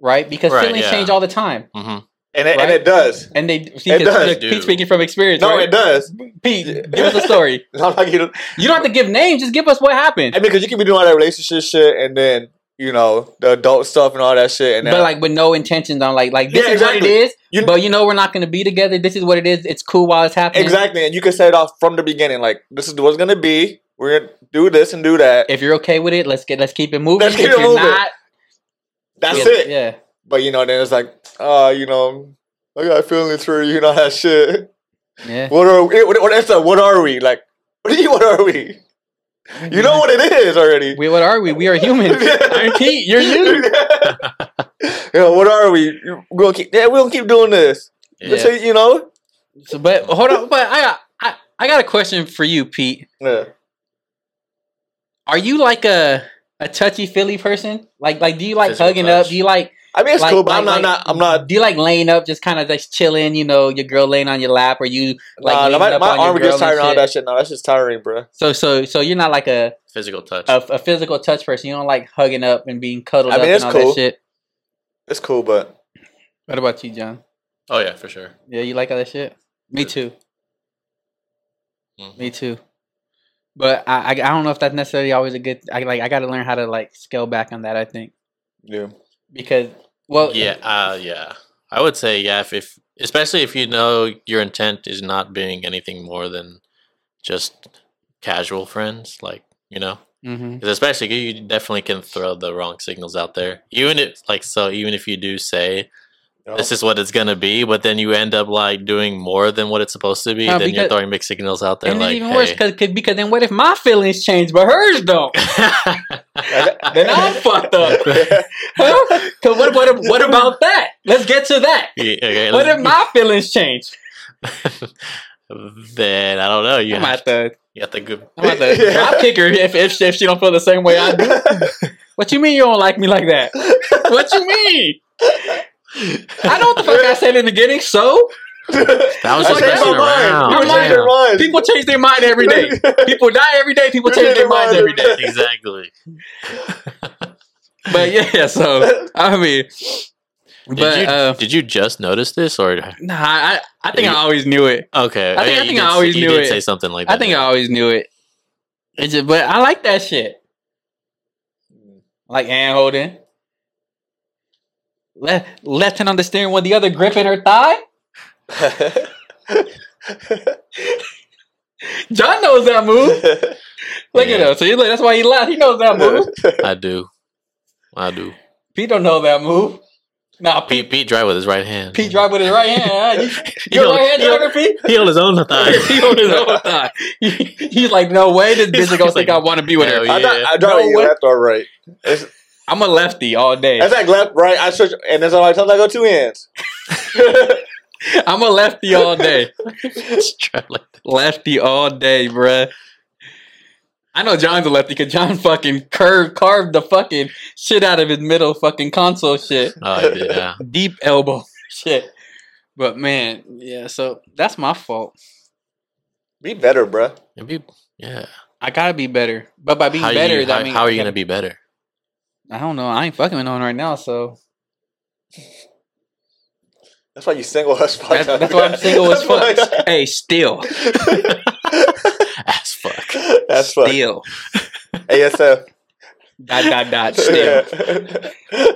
right? Because Right, feelings yeah. change all the time. Mm-hmm. and it, and Right? it does. And they see, It 'cause does, look, dude. Pete speaking from experience. No, right? it does. Pete, give us a story. I'm like, you know, You don't have to give names. Just give us what happened. I mean, because you can be doing all that relationship shit, and then you know the adult stuff and all that shit, and then but like with no intentions on like like this Yeah, is what exactly. it is. You- but you know we're not going to be together. This is what it is. It's cool while it's happening. exactly, and you can set it off from the beginning. Like this is what's gonna be. We're gonna do this and do that. If you're okay with it, let's get let's keep it moving. Let's keep If it you're moving. not, That's yeah, it. Yeah. But you know, then it's like, oh, you know, I got feelings for you, you know that shit. Yeah. What are we? What, what, that's a, what are we like? What are you? What are we? You know what it is already. We, what are we? We are humans. I'm Pete. You're you. yeah, what are we? We're gonna keep. Yeah, we're gonna keep doing this. Yeah. So, you know. So, but hold on. But I got I, I got a question for you, Pete. Yeah. Are you like a a touchy feely person? Like like do you like Physical hugging touch. up? Do you like I mean, it's Like- cool, but I'm not, like- not. I'm not. do you like laying up, just kind of just chilling? You know, your girl laying on your lap, or you like nah, leaning my, up my on your arm gets girl and tired and all shit? that shit. No, that's just tiring, bro. So so so you're not like a Physical touch. a, a physical touch person. You don't like hugging up and being cuddled I mean, up it's and all cool. that shit. It's cool, but What about you, John? oh yeah, for sure. Yeah, you like all that shit. Me too. Mhm. Me too. But I, I I don't know if that's necessarily always a good. I like I got to learn how to like scale back on that. I think yeah, because well yeah, uh, yeah. I would say yeah, if, if especially if you know your intent is not being anything more than just casual friends, like you know, hmm 'Cause especially you definitely can throw the wrong signals out there. Even if like so, even if you do say Oh. this is what it's gonna be, but then you end up like doing more than what it's supposed to be, No, then you're because- throwing mixed signals out there. and like, it's even worse 'cause- 'cause- because then what if my feelings change but hers don't? hey. Then I'm fucked up. Huh? 'Cause what what what about that? Let's get to that. Yeah, okay, What if my feelings change? then I don't know. You I'm have, at the you have to go. I'm at the drop kick her if, if if she don't feel the same way I do. What you mean you don't like me like that? What you mean? I know what the fuck I said in the beginning. So That was I just changed messing my mind. around. You Your mind- Damn. people change their mind every day. changed your mind. People die every day. People change their minds every day. exactly. But yeah, so I mean, Did, but you, uh, did you just notice this, or okay? nah, I I think I You- always knew it. I think, I think I always you knew did it. Say something like that. I think I yeah. always knew it. It's just, but I like that shit. Like hand holding. Left, left hand on the steering wheel, the other gripping her thigh. John knows that move. Look at Yeah. him. So he, look, that's why he laughed. He knows that move. I do. I do. Pete don't know that move. Nah, Pete, Pete Pete drive with his right hand. Pete drive with his right hand. huh? He You, your held- right hand he held- driver, Pete? He held his own thigh. he on his own thigh. He- he's like, no way, this bitch is gonna He's think like, I want to be with her. hell I thought Yeah. I thought No you way. left or right. It's, I'm a lefty all day. it's like left, right. I switch, and that's all I sometimes I go two hands. I'm a lefty all day. Just drive like that. lefty all day, bruh. I know John's a lefty because John fucking curved, carved the fucking shit out of his middle fucking console shit. Oh, he did, yeah. Deep elbow shit. But man, yeah, so that's my fault. Be better, bruh. It'd be- yeah. I gotta be better. But by being how better, you, that how, means how are I you gotta- gonna be better? I don't know. I ain't fucking with no one right now, so That's why you single as fuck. that's, that's why I'm single as That's why- fuck. Hey, still, As fuck. That's fuck. still, ASF. dot dot dot, still.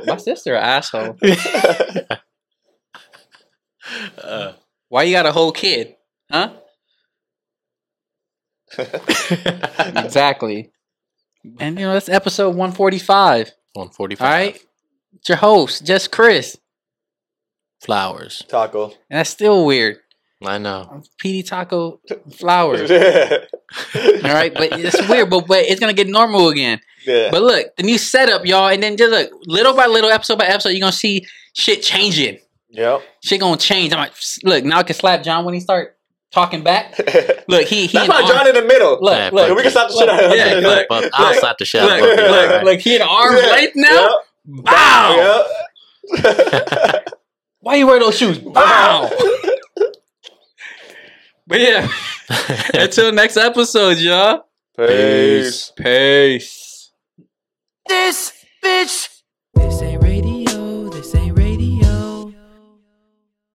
My sister, a asshole. Uh, Why you got a whole kid, huh? Exactly. And you know, that's episode 145. One forty All five. right. It's your host, just Chris. Flowers. Taco. And that's still weird. I know. PD Taco Flowers. yeah. All right. But it's weird, but, but it's going to get normal again. Yeah. But look, the new setup, y'all. And then just look, little by little, episode by episode, you're going to see shit changing. Yep. Shit going to change. I'm like, "Psst, look, now I can slap John when he start talking back. Look, he. he That's an why arm- John in the middle. Look, Yeah, look, Yeah, we can slap the shit out of Yeah, him. look, But I'll slap the shit out of look, both of you, look, alright? look, he an arm Yeah. length now. Bow! Yep. Why you wear those shoes? Wow. but yeah, until next episode, y'all. Peace. Peace. This bitch. This ain't radio.